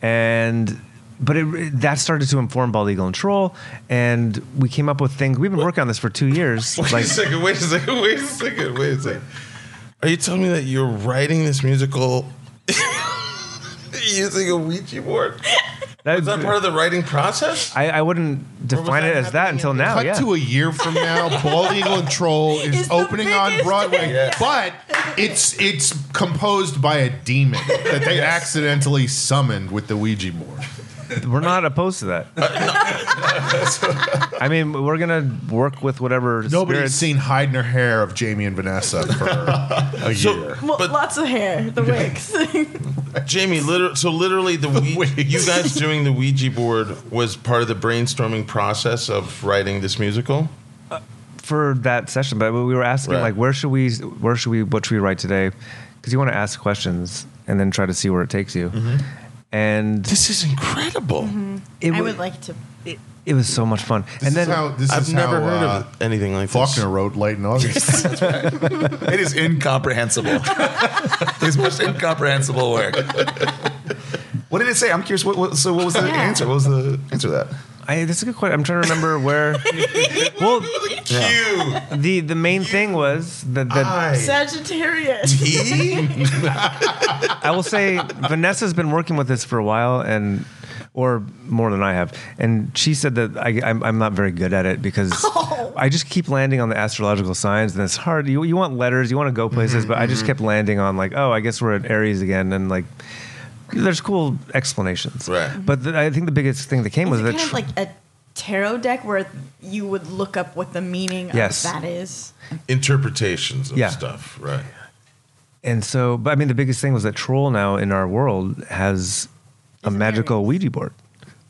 and. But it, that started to inform Bald Eagle and Troll, and we came up with things. We've been working on this for two years.
Wait a second. Wait a second. Wait a second. Wait a second. Are you telling me that you're writing this musical using a Ouija board?
that-
Is that part of the writing process?
I, I wouldn't define it
that
as that
happening
until
in-
now.
Cut
Oh, yeah.
to a year from now, Bald Eagle and Troll is
It's the
opening on
biggest-
Broadway,
Yeah.
but it's it's composed by a demon that they accidentally summoned with the Ouija board.
We're not opposed to that. I mean, we're gonna work with whatever
Nobody's
spirits.
seen hide in her hair of Jamie and Vanessa for a year.
Well,
But-
lots of hair, the wigs.
Jamie, liter- so literally, the, Ouija, you guys doing the Ouija board was part of the brainstorming process of writing this musical.
for that session, but we were asking
Right.
like, where should we, where should we, what should we write today? Because you want to ask questions and then try to see where it takes you.
Mm-hmm.
And
This is incredible.
Mm-hmm. it,
I
wa-
would like to.
it, it was so much fun.
This
and
is
then
how this
I've
is
never
how,
heard
uh,
of anything like
Faulkner wrote Light in August.
It is incomprehensible. His most incomprehensible work. What did it say? I'm curious. What, what, so, what was the
Yeah.
answer? What was the answer to that?
I, this is a good question. I'm trying to remember where. well,
this. Cute.
the the main thing was that, that
Ah,
Sagittarius.
E?
I will say Vanessa's been working with this for a while, and or more than I have, and she said that I, I'm, I'm not very good at it because
Oh.
I just keep landing on the astrological signs, and it's hard. You, you want letters, you want to go places, but I
Mm-hmm.
just kept landing on like, oh, I guess we're at Aries again, and like. There's cool explanations,
Right.
But the, I think the biggest thing that came was
Is it
that
kind of
tr-
like a tarot deck where you would look up what the meaning
Yes.
of that is?
Interpretations of
Yeah.
stuff, right?
And so, but I mean, the biggest thing was that troll now in our world has a
Isn't
magical
Aries.
Ouija board.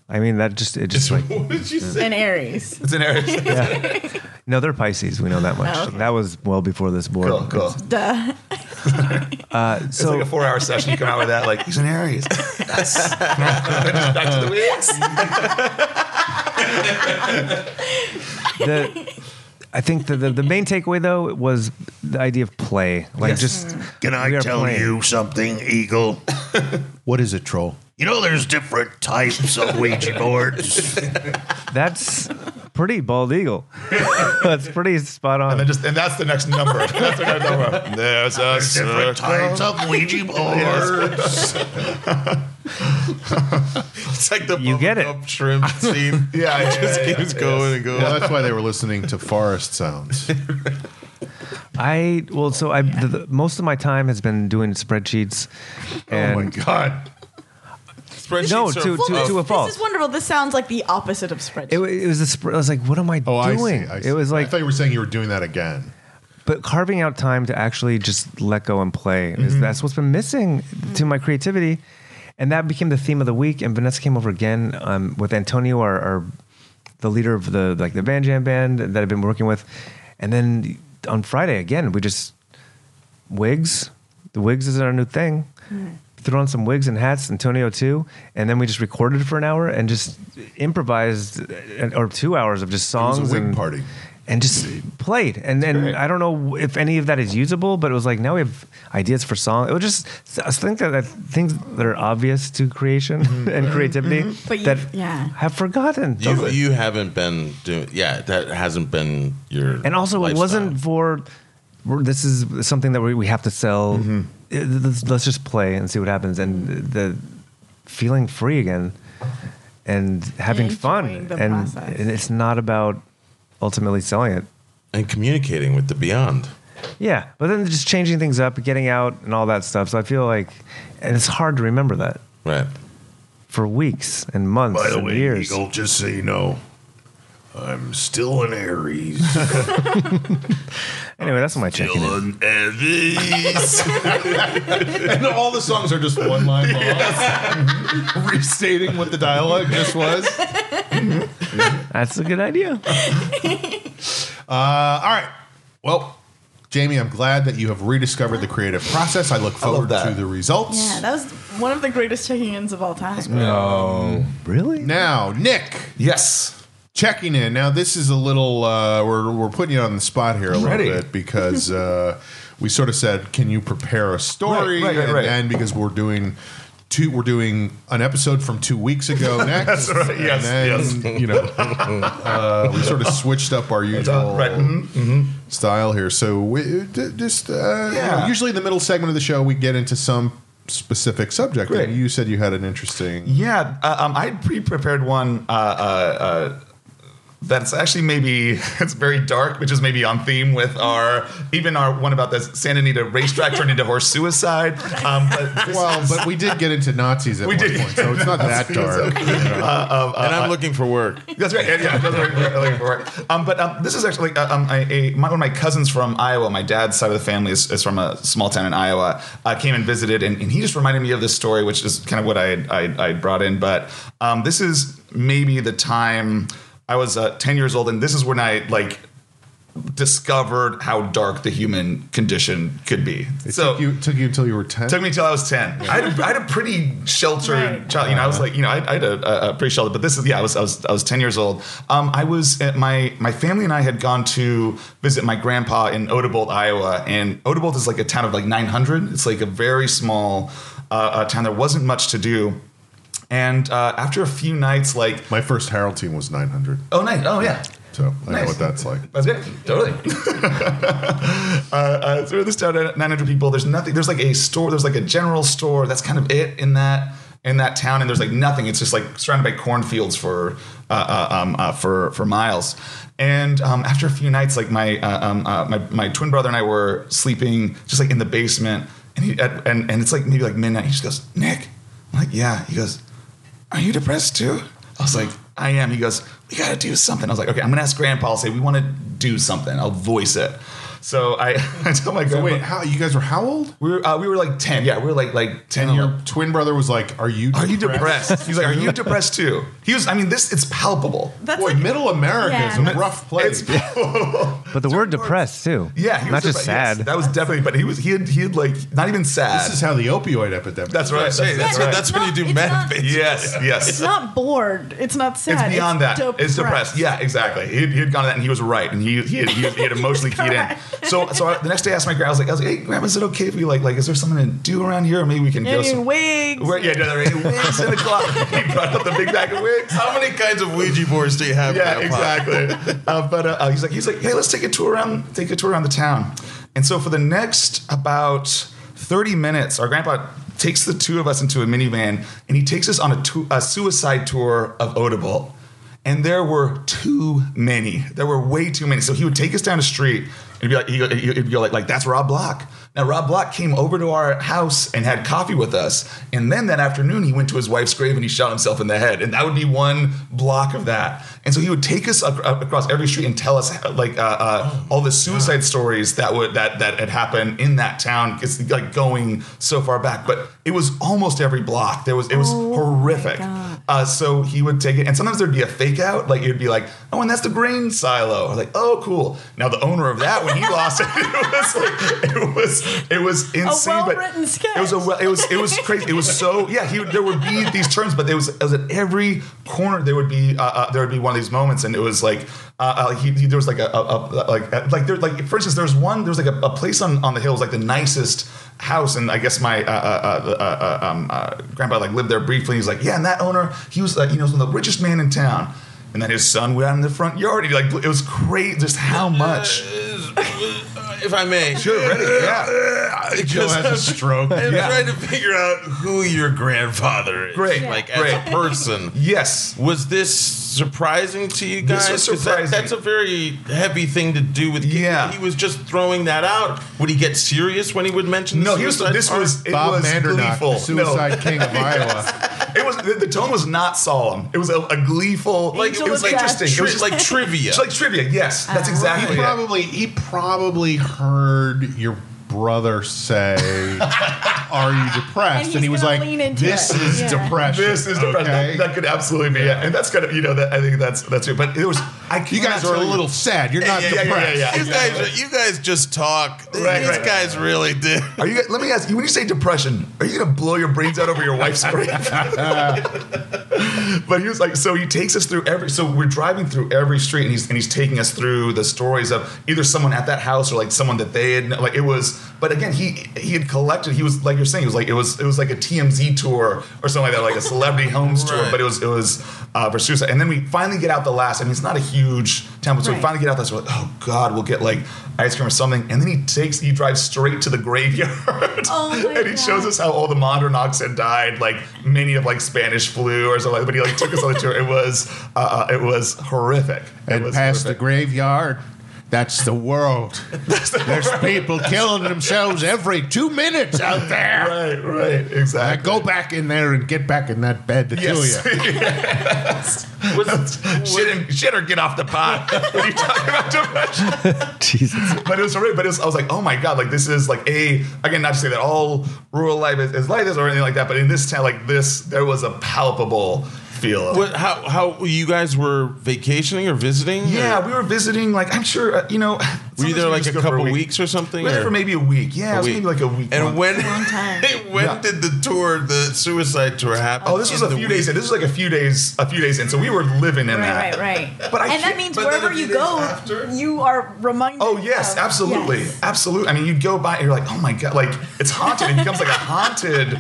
I mean, that just it just like
what did you say?
And Aries.
It's an error.
no, they're Pisces. We know that much.
Oh, okay.
That was well before this board.
Cool, cool.
Duh.
It's
So
like a four-hour session. You come out with that, like he's an Aries. Yes. Back to the weeks.
the, I think the, the the main takeaway though was the idea of play. Like just
Can
we
I
are
tell
playing.
you something, Eagle?
what is it, Troll?
You know, there's different types of Ouija boards.
That's pretty bald eagle. that's pretty spot on.
And just and that's the next number. That's the next number. There's a
Different types of Ouija boards.
It's like the
You get it.
bubblegum shrimp scene.
Yeah, yeah,
just
yeah,
keeps going and going.
Well, that's why they were listening to forest sounds.
I well, so I the, the, most of my time has been doing spreadsheets.
oh
And
my god!
Spreadsheets
No,
are
to-
full
to-
of-
to a fault.
This is wonderful. This sounds like the opposite of spreadsheet.
It, wa- it was a spread. I was like, what am I
Oh,
doing?
I see. I see.
It was
I
like
thought you were saying you were doing that again.
But carving out time to actually just let go and play is that's what's been missing to my creativity. And that became the theme of the week. And Vanessa came over again um, with Antonio, our, our the leader of the like the Van Jam band that I've been working with. And then on Friday again, we just wigs. The wigs is our new thing. Threw on some wigs and hats, Antonio too, and then we just recorded for an hour and just improvised, uh, or two hours of just
was
songs
a wig
and
party.
and just played. And and I don't know if any of that is usable, but it was like now we have ideas for song. It was just I think that, that things that are obvious to creation
Mm-hmm.
and creativity
Mm-hmm. But you-
that
yeah.
have forgotten.
You, you haven't been doing yeah that hasn't been your
and also it
lifestyle.
wasn't for we're- this is something that we, we have to sell Uh, let's, let's just play and see what happens and the feeling free again and having fun
enjoying the
and,
process.
and it's not about ultimately selling it
and communicating with the beyond.
yeah but then just changing things up getting out and all that stuff so i feel like and it's hard to remember that
Right.
for weeks and months
By the
and
way,
years
Eagle, just so you know, I'm still an Aries.
anyway that's my check-in
still an Aries.
And all the songs are just one line long, restating what the dialogue just was.
that's a good idea
Uh, all right. Well, Jamie, I'm glad that you have rediscovered the creative process. I look forward
that.
to the results.
Yeah, that was one of the greatest check-ins of all time.
really
now, Nick,
Yes.
checking in. Now, this is a little uh, we're we're putting you on the spot here a little
Ready.
bit because uh, we sort of said, "Can you prepare a story?"
Right, right, right,
and
right.
then because we're doing. Two, we're doing an episode from two weeks ago next. That's right.
yes,
and then, You know, uh, we sort of switched up our usual
right, mhm,
style here. So we, d- just uh, you know,
Yeah.
usually in the middle segment of the show, we get into some specific subject.
Great.
And you said you had an interesting.
Yeah, uh, um, I pre-prepared one uh, uh, uh, that's actually maybe it's very dark, which is maybe on theme with our even our one about the Santa Anita racetrack turned into horse suicide. Um, but this-
Well, but we did get into Nazis at
We
one
did.
point, so it's not that dark.
and I'm looking for work.
that's right. Yeah, yeah, that's right, right, right, right. Um, but um, this is actually uh, um, I, a, my, one of my cousins from Iowa. My dad's side of the family is, is from a small town in Iowa. Uh, came and visited, and, and he just reminded me of this story, which is kind of what I I, I brought in. But um, this is maybe the time. I was uh, 10 years old, and this is when I like discovered how dark the human condition could be.
It
so
took, you, took you until you were ten.
took me till I was ten. I, had a, I had a pretty sheltered
Right.
child. You know, I was like, you know, I, I had a, a, a pretty sheltered. But this is, yeah, I was, I was, I was ten years old. Um, I was at my my family and I had gone to visit my grandpa in Odebolt, Iowa, and Odebolt is like a town of like nine hundred. It's like a very small uh, uh, town. There wasn't much to do. And uh, after a few nights, like,
My first Harold team was nine hundred,
oh, night, oh yeah,
so I know
Nice.
what that's like.
that's it. Totally. uh, uh, so this town, had 900 people. There's nothing. There's like a store. There's like a general store. That's kind of it in that in that town. And there's like nothing. It's just like surrounded by cornfields for uh, uh, um, uh, for for miles. And um, after a few nights, like my, uh, um, uh, my my twin brother and I were sleeping just like in the basement. And he at, and and it's like maybe like midnight. He just goes, Nick. I'm like, yeah. He goes, are you depressed too? I was like, I am. He goes, we got to do something. I was like, okay, I'm going to ask grandpa. I'll say, we want to do something. I'll voice it. So I, I tell my grandpa,
Wait, how you guys were how old?
we, were, uh, we were like 10. Yeah, we were like, like 10.
And
or
your twin brother was like, "Are you?
are you
depressed?
depressed? He's like, are you depressed too? He was, I mean, this, it's palpable.
That's
Boy,
like
middle America is
Yeah.
a rough place.
It's palpable.
but the word depressed too
Yeah. he
not
was
just sad
depressed. Yes, that was definitely, but he was, he had, he had like, not even sad.
this is how the opioid epidemic.
that's right. That's,
Hey, that's,
right.
but
that's when you do
It's
meth.
not-
bitch.
yes, yes.
it's not bored. It's not sad.
It's beyond that. It's depressed.
depressed.
Yeah, exactly. He, he had gone to that, and he was right, and he he had, he, had- he had emotionally keyed in.
Correct.
So so I, the next day, I asked my grandma. I was like, I was like, "Hey, grandma, is it okay if we like like is there something to do around here, or maybe we can
Yeah,
go
you
some."
wigs.
Where, yeah, no, right. Wigs in the closet. He brought up the big bag of wigs.
How many kinds of Ouija boards do you have?
Yeah,
now, Pop?
exactly. uh, but uh, uh, he's like, he's like, hey, let's take a tour around, take a tour around the town. And so for the next about thirty minutes, our grandpa takes the two of us into a minivan, and he takes us on a, tou- a suicide tour of Odebolt. and there were too many. There were way too many. So he would take us down the street and he'd be like, he- he- he'd go like, like, that's Rob Block. Now Rob Block came over to our house and had coffee with us, and then that afternoon he went to his wife's grave and he shot himself in the head, and that would be one block of that. And so he would take us ac- uh, across every street and tell us like uh,
Oh,
uh, all the suicide stories that would that that had happened in that town. It's like going so far back, but it was almost every block. There was it was
Oh my
horrific.
God.
Uh, so he would take it, and sometimes there'd be a fake out. Like it'd be like, "Oh, and that's the grain silo." Or like, "Oh, cool." Now the owner of that, when he lost it, it was like, it was it was insane. but
well-written sketch.
It was a well, it was it was crazy. It was so yeah. He would- there would be these terms, but there was, it was at every corner there would be uh, uh, there would be one of these moments, and it was like uh, uh, he, he- there was like a, a, a like uh, like there like for instance there was one there was like a, a place on on the hill was like the nicest house, and I guess my uh, uh, uh, uh, uh, um, uh, grandpa like lived there briefly. He's like yeah, and that owner he was uh, you know was one of the richest man in town. And then his son went out in the front yard. And he like it was crazy, just how much.
Uh, if I may,
Sure, ready? Yeah,
Joe
Because
has a
I'm-
stroke.
I'm
Yeah.
trying to figure out who your grandfather is.
Great,
Like,
great.
as a person.
yes.
Was this surprising to you
This
guys?
was
'Cause that-
surprising.
that's a very heavy thing to do with kids.
Yeah.
He was just throwing that out. Would he get serious when he would mention
No,
the
he was.
suicide
This
part?
was. It
Bob
was
Mandernock,
gleeful.
the Suicide King of Iowa.
No, it was. The, the tone was not solemn. It was a, a gleeful.
like
Angel
it was
of Death.
interesting. It was just like trivia.
It's like trivia. Yes, that's
He
exactly. it.
probably he probably heard your brother say, "Are you depressed?" And,
And he's
he was
gonna
like,
lean into
"This
it.
is
Yeah.
depression.
This is depressing.
okay?
That, that could absolutely be it. And that's kind of you know that I think that's that's it. But it was. I
you
cannot
guys are a
tell you-
little sad. You're not
yeah, yeah, yeah,
depressed.
yeah.
you guys, you guys just talk.
Right,
These
right.
guys really did.
Are you? guys- Let me ask you. When you say depression, are you going to blow your brains out over your wife's grave? but he was like, so he takes us through every. So we're driving through every street, and he's and he's taking us through the stories of either someone at that house or like someone that they had. Like it was. But again, he he had collected. He was like you're saying. He was like it was it was like a TMZ tour or something like that, like a celebrity homes tour.
Right.
But it was it was uh, for suicide. And then we finally get out the last. I mean, it's not a huge town, but so we
Right.
finally get out. That's we're like, oh god, we'll get like ice cream or something. And then he takes he drives straight to the graveyard.
Oh my
and he shows
God.
us how all the Mondranox had died, like many of like Spanish flu or something. But he like took us on the tour. It was uh, uh, it was horrific. It
and
was
past the
horrific.
graveyard. That's the world. There's people killing themselves every two minutes out there.
Right, right,
I
exactly.
go back in there and get back in that bed to kill you.
Was,
shit, and, shit or get off the pot. when you talk about depression.
Jesus.
But it was horrific. But it was, I was like, oh my god, like this is like a again, not to say that all rural life is, is like this or anything like that. But in this town, like this, there was a palpable feel. Of
what, how how you guys were vacationing or visiting? or-
Yeah, we were visiting. Like I'm sure uh, you know.
were you
sometimes
there like
just
a
go for
couple
week.
weeks or something?
We were there
or-
for maybe a week. Yeah, it
A
was
week.
maybe like a week. long.
And when
Long time.
when
Yeah.
did the tour, the suicide tour, happen?
Oh, this was
In
a
the
few days.
week?
in. This was like a few days, a few days in. So we were living in
Right,
that.
right, right.
But I
and that
can't-
means
but then
wherever
a few
you
days
go,
after-
you are reminded.
Oh yes,
of-
absolutely,
Um, Yes.
absolutely. I mean, you'd go by and you're like, oh my god, like it's haunted. It becomes like a haunted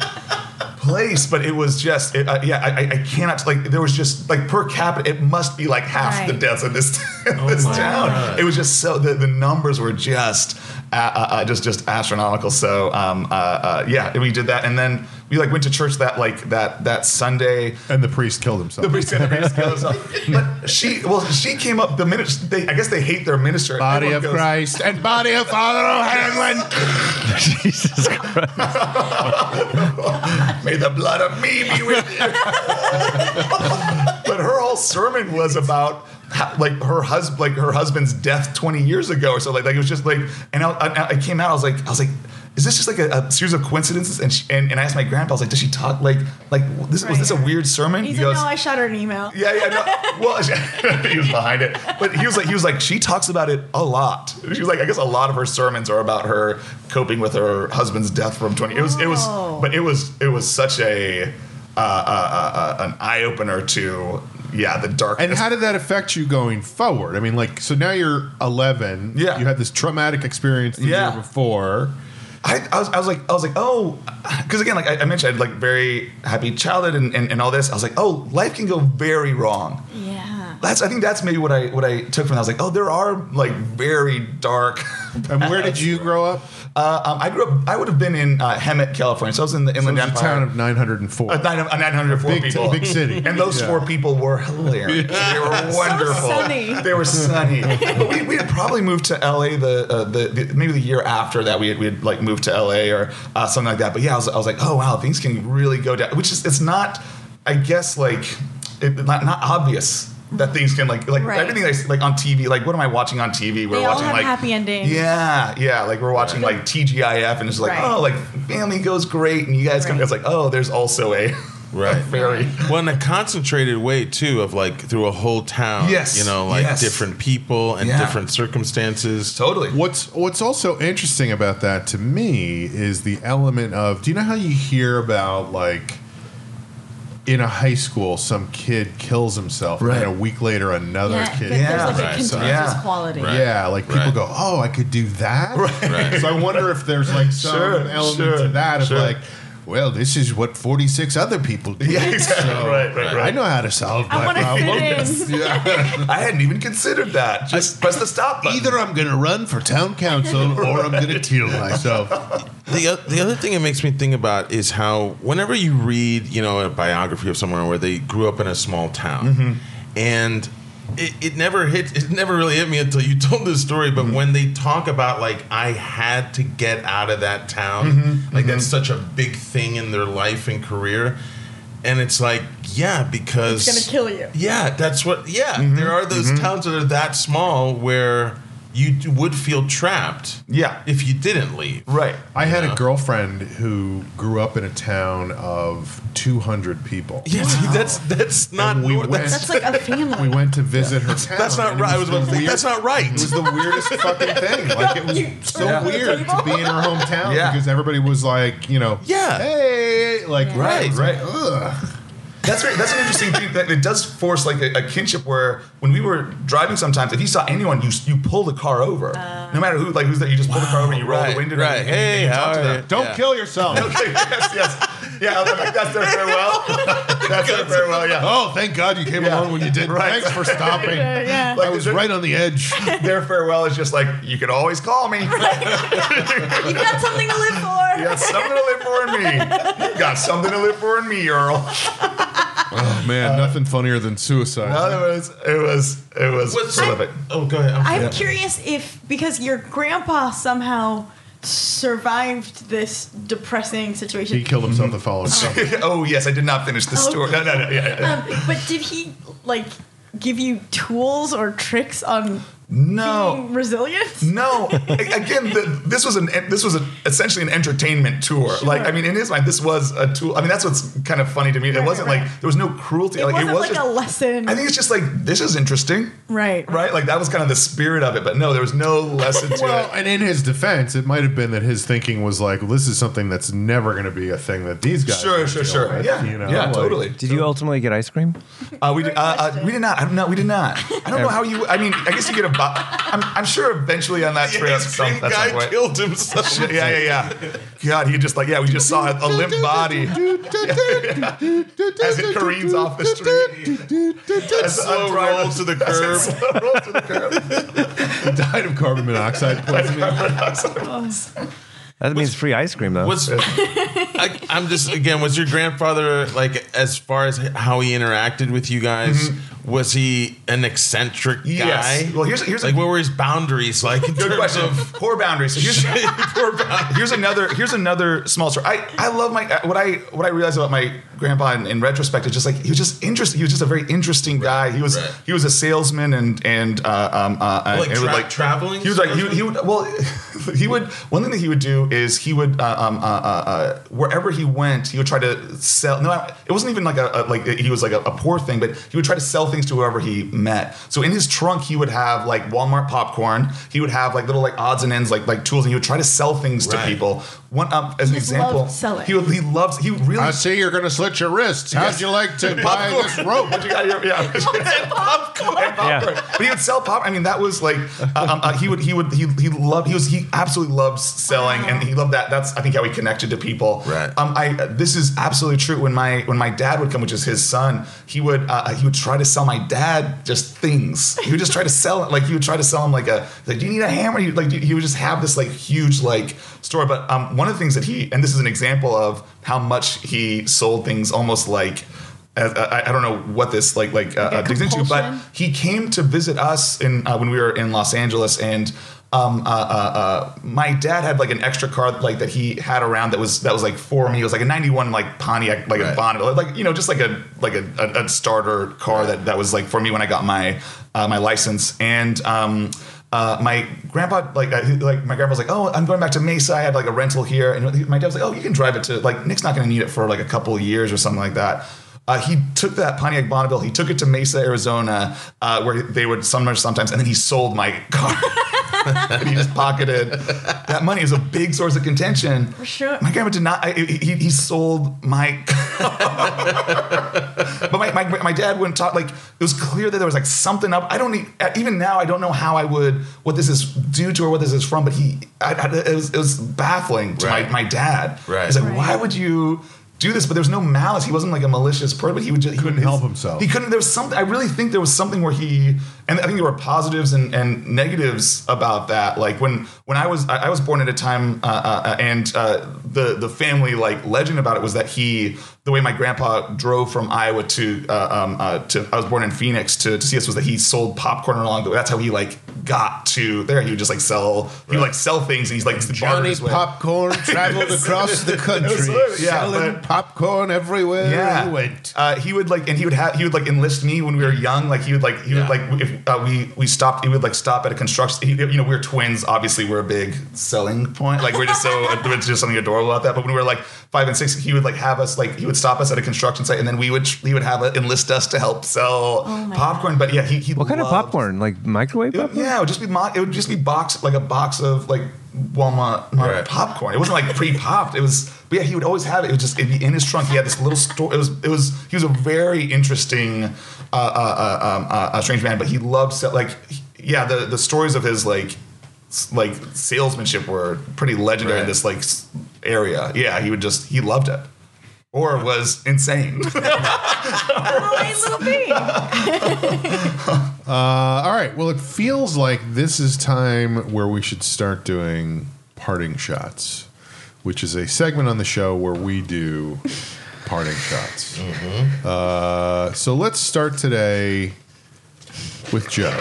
place. But it was just, it, uh, yeah, I, I- I cannot like. There was just like per capita, it must be like half
Right.
the deaths in this, in this
my
town.
God.
It was just so the, the numbers were just uh, uh, uh, just just astronomical. So um, uh, uh, yeah, and we did that, and then we like went to church that like that that Sunday.
And the priest killed himself.
The priest and the priest goes up. But she, well, she came up the minute they, I guess they hate their minister.
body
Everyone
of
goes,
Christ and body of Father O'Hanlon.
Jesus Christ.
May the blood of me be with you. but her whole sermon was about how, like her husband, like her husband's death 20 years ago or so. Like, like it was just like, and I, I, I came out, I was like, I was like, is this just like a, a series of coincidences? And, she, and and I asked my grandpa, I was like, does she talk like like this? Was this a weird sermon?
He's like, no, I shot her an email.
Yeah, yeah, no. Well, he was behind it, but he was like, he was like, she talks about it a lot. She was like, I guess a lot of her sermons are about her coping with her husband's death from twenty. It was, it
Wow.
was, but it was, it was such a uh, uh, uh, uh, an eye opener to yeah the darkness.
And how did that affect you going forward? I mean, like, so now you're 11.
Yeah.
You had this traumatic experience the
Yeah.
year before.
I, I, was, I was like, I was like, oh, because again, like I, I mentioned, I had like very happy childhood and, and, and all this. I was like, oh, life can go very wrong.
Yeah.
that's I think that's maybe what I what I took from that. I was like, oh, there are like very dark.
And where did you grow up?
Uh, um, I grew up. I would have been in uh, Hemet, California. So I was in the Inland
It was a
Empire.
town of 904.
Uh, nine, uh, 904
Big-
people.
big city.
And those
Yeah.
four people were hilarious. They were wonderful.
sunny.
They were sunny. we, we had probably moved to LA the, uh, the, the maybe the year after that we had, we had like moved to LA or uh, something like that. But yeah, I was, I was like, oh wow, things can really go down. Which is it's not, I guess like it, not not obvious. That things can like like
Right.
everything that's like on TV like what am I watching on TV we're
They all
watching
have
like
happy endings.
yeah yeah like we're watching like TGIF and it's like
Right.
oh like family goes great and you guys come
Right.
it's like oh there's also a
Right.
very
Well, in a concentrated way too, of like through a whole town.
Yes.
You know, like
Yes.
different people and
Yeah.
different circumstances.
totally
What's What's also interesting about that to me is the element of. Do you know how you hear about like in a high school, some kid kills himself, and
Right.
then a week later, another
yeah,
kid.
there's
Yeah.
like a
Right,
contagious
so-
Yeah.
quality.
Right.
Yeah, like people
Right.
go, "Oh, I could do that."
Right.
So I wonder if there's like some
Sure,
element
sure,
to that of
sure.
like, well, this is what 46 other people do.
yeah exactly
So,
right right
I
right
know how to solve
I
my
want to
problem.
fit in.
I hadn't even considered that just press the stop button
Either I'm going to run for town council or I'm going to kill myself.
the, o- the other thing it makes me think about is how whenever you read you know a biography of someone where they grew up in a small town
Mm-hmm.
and it, it never hit it never really hit me until you told this story
Mm-hmm.
but when they talk about like i had to get out of that town
Mm-hmm.
like that's such a big thing in their life and career and it's like yeah because
It's gonna kill you.
yeah, that's what. Yeah,
Mm-hmm.
there are those towns that are that small where you d- would feel trapped.
Yeah.
if you didn't leave.
right
I had
Yeah.
a girlfriend who grew up in a town of 200 people.
Yes, that's that's not.
And we
nor- that's,
That's like a family.
We went to visit her town.
that's not
and it
right. I was
the
about to say,
weird-
that's not right.
It was the weirdest fucking thing. Like it was
You
so
turned the
weird
table.
to be in her hometown
Yeah.
because everybody was like, you know,
Yeah.
hey, like
Yeah.
right,
Right.
right, ugh.
that's very, that's an interesting thing that it does force like a, a kinship where when we were driving sometimes if you saw anyone you you pull the car over no matter who like who's there you just pull the car over and you roll
Right,
the window
right.
down and, and you
Hey,
talk
how
to
are
them
you?
Don't
Yeah.
kill yourself.
okay yes yes yeah I'm like, that's their farewell that's their farewell yeah
Oh, thank God you came
Yeah.
along when you did.
Right.
Thanks for stopping.
Yeah, yeah.
I was right on the edge.
their farewell is just like you can always call me
You've got something to live for.
You got something to live for in me. You got something to live for in me, Earl.
Oh man,
uh,
nothing funnier than suicide.
No, it was it was it was
What's-
prolific.
Oh, go ahead. I'm
I'm
sorry.
curious if because your grandpa somehow survived this depressing situation.
he killed himself the following summer.
oh yes, I did not finish the
Oh.
story. No, no, no. Yeah,
um,
yeah.
but did he like give you tools or tricks on
No.
being resilient?
No, A- again, the, this was an this was a, essentially an entertainment tour. Like, I mean, in his mind, this was a tool. I mean, that's what's kind of funny to me. It
Right,
wasn't
right,
like there was no cruelty.
It
like
wasn't
it was
like
just,
a lesson.
I think it's just like this is interesting,
right.
right? Like that was kind of the spirit of it. But no, there was no lesson to
Well,
it.
and in his defense, it might have been that his thinking was like, well, "This is something that's never going to be a thing that these guys."
Sure,
will
sure,
deal
sure.
with,"
yeah,
you know,
yeah,
like-
totally.
Did you ultimately get ice cream?
Uh, we, did, uh, uh,
question.
we did not. I don't know. We did not. I don't know how you. I mean, I guess you get a. bo- I'm, I'm sure eventually on that
Yeah,
trip,
this
some,
green
at some
guy
point.
killed himself.
Yeah, yeah, yeah. God, he just like yeah. We just saw a, a limp body as it careens off the street. As
Slow roll to the curb.
roll to the curb.
He died of carbon monoxide poisoning.
Oh,
That means free ice cream though.
Was I, I'm just again? Was your grandfather like as far as how he interacted with you guys? Was he an eccentric guy?
Mm-hmm. Yes. Well, here's here's
like
a
where were his boundaries? Like in
Good
terms
question.
of
Poor boundaries. So here's, here's another. Here's another small story. I, I love my uh, what I what I realized about my grandpa in, in retrospect is just like he was just interesting. He was just a very interesting guy. He was
right.
he was a salesman and and uh, um uh, and
Like
it was
tra- traveling
He was like he, would- he would well he would one thing that he would do is he would uh, um uh, uh, uh wherever he went he would try to sell. No, it wasn't even like a, a like he was like a, a poor thing, but he would try to sell things to whoever he met. So in his trunk he would have like Walmart popcorn. He would have like little like odds and ends like like tools, and he would try to sell things
Right.
to people. One um, as an
just
example,
loved selling.
he would, he loves he really.
I see you're going to slit your wrists. How'd
Yes.
you like to buy
Popcorn.
this rope?
What you got here? Yeah.
Popcorn.
Yeah.
popcorn. But he would sell pop. I mean, that was like uh, um, uh, he would he would he he loved he was he absolutely loves selling and he loved that. That's I think how he connected to people.
Right.
Um. I this is absolutely true. When my when my dad would come, which is his son, he would uh, he would try to sell my dad just things. He would just try to sell it. Like he would try to sell him like a like, do you need a hammer? He, like he would just have this like huge like story. But um, one of the things that he and this is an example of how much he sold things almost like. as- I, I don't know what this like like uh,
a
digs into, but
compulsion?
he came to visit us in uh, when we were in Los Angeles, and um, uh, uh, uh, my dad had like an extra car like that he had around that was that was like for me. It was like a '91 like Pontiac, like a
Right.
Bonneville, like you know, just like a like a, a, a starter car that that was like for me when I got my uh, my license and. Um, uh, my grandpa, like, uh, he- like my grandpa was like, "Oh, I'm going back to Mesa. I had like a rental here," and he- my dad was like, "Oh, you can drive it to like Nick's not going to need it for like a couple of years or something like that." Uh, he took that Pontiac Bonneville, he took it to Mesa, Arizona, uh, where they would sometimes, sometimes, and then he sold my car. and he just pocketed that money. Is a big source of contention. For
sure.
My grandma did not. I, he, he- he sold my but my, my, my dad wouldn't talk. Like it was clear that there was like something up. I don't need, even now. I don't know how I would what this is due to or what this is from. But he, I, I- it was it was baffling to
Right.
my, my dad.
Right.
It's like
Right.
why would you do this? But there was no malice. He wasn't like a malicious person. But he would just he couldn't
help himself.
He couldn't. There was something. I really think there was something where he and I think there were positives and, and negatives about that. Like when when I was I, I was born at a time uh, uh, uh, and uh, the the family like legend about it was that he the way my grandpa drove from Iowa to uh, um, uh, to I was born in Phoenix to, to see us was that he sold popcorn along the way. That's how he like got to there. He would just like sell he would like sell things and he's like bartered
Johnny
his way.
Popcorn traveled across the country,
Yeah,
selling
but-
popcorn everywhere
yeah.
he went.
Uh, he would like, and he would have, he would like enlist me when we were young. Like he would like, he
Yeah.
would like, if uh, we we stopped, he would like stop at a construction. He, you know, we were twins. Obviously, we're a big selling point. Like we're just so it's just something adorable about that. But when we were like five and six, he would like have us like he would stop us at a construction site, and then we would he would have a, enlist us to help sell
my
popcorn. But yeah, he, he
What kind of
loved-
popcorn? Like microwave
it-
popcorn?
yeah, it would just be mo- it would just be box like a box of like Walmart Walmart
Right.
popcorn. It wasn't like pre-popped. It was, but yeah, he would always have it. It would just it'd be in his trunk. He had this little store. It was it was he was a very interesting uh, uh, uh, um, uh, uh, strange man, but he loved se- like he- yeah the the stories of his like s- like salesmanship were pretty legendary in
Right.
this like s- area. Yeah, he would just he loved it. Or was insane.
Oh, hey, little bee.
Uh, all right. Well, it feels like this is time where we should start doing parting shots, which is a segment on the show where we do parting shots.
Mm-hmm.
Uh, so let's start today with Joe.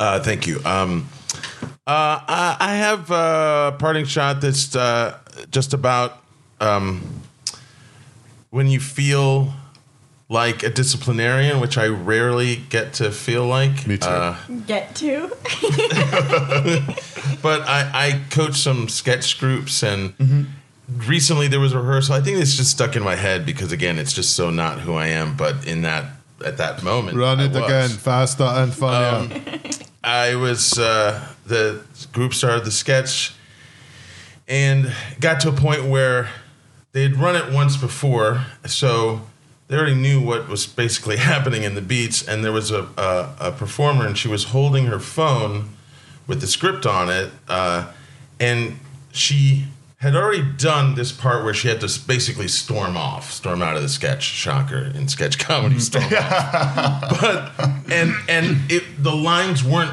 Uh, thank you. Um, uh, I, I have a parting shot that's uh, just about um, when you feel like a disciplinarian, which I rarely get to feel like.
Me too.
Uh,
Get to.
but I, I coach some sketch groups and
Mm-hmm.
recently there was a rehearsal. I think it's just stuck in my head because again, it's just so not who I am. But in that at that moment,
Run
I
it
was. Um,
again, faster and funnier.
I was uh, the group started the sketch and got to a point where they'd run it once before, so they already knew what was basically happening in the beats. And there was a, a, a performer, and she was holding her phone with the script on it, uh, and she had already done this part where she had to s- basically storm off, storm out of the sketch. Shocker in sketch comedy, storm but and and it the lines weren't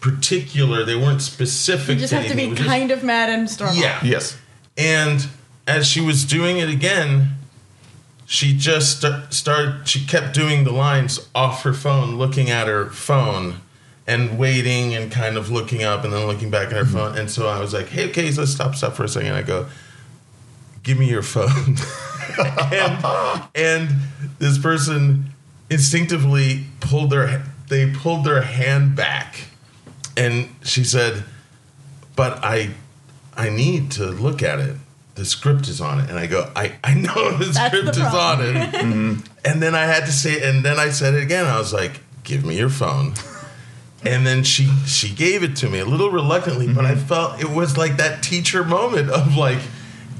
particular they weren't specific
You just have to
anything.
be
It was just-
kind of mad and storm. off.
yeah
yes.
and as she was doing it again she just st- started she kept doing the lines off her phone looking at her phone and waiting and kind of looking up and then looking back at her phone and so i was like hey okay let's stop stop for a second i go give me your phone and, and this person instinctively pulled their they pulled their hand back and she said but i i need to look at it the script is on it and i go i, I know the
That's
script
the
is on it and then i had to say and then i said it again i was like give me your phone and then she she gave it to me a little reluctantly but i felt it was like that teacher moment of like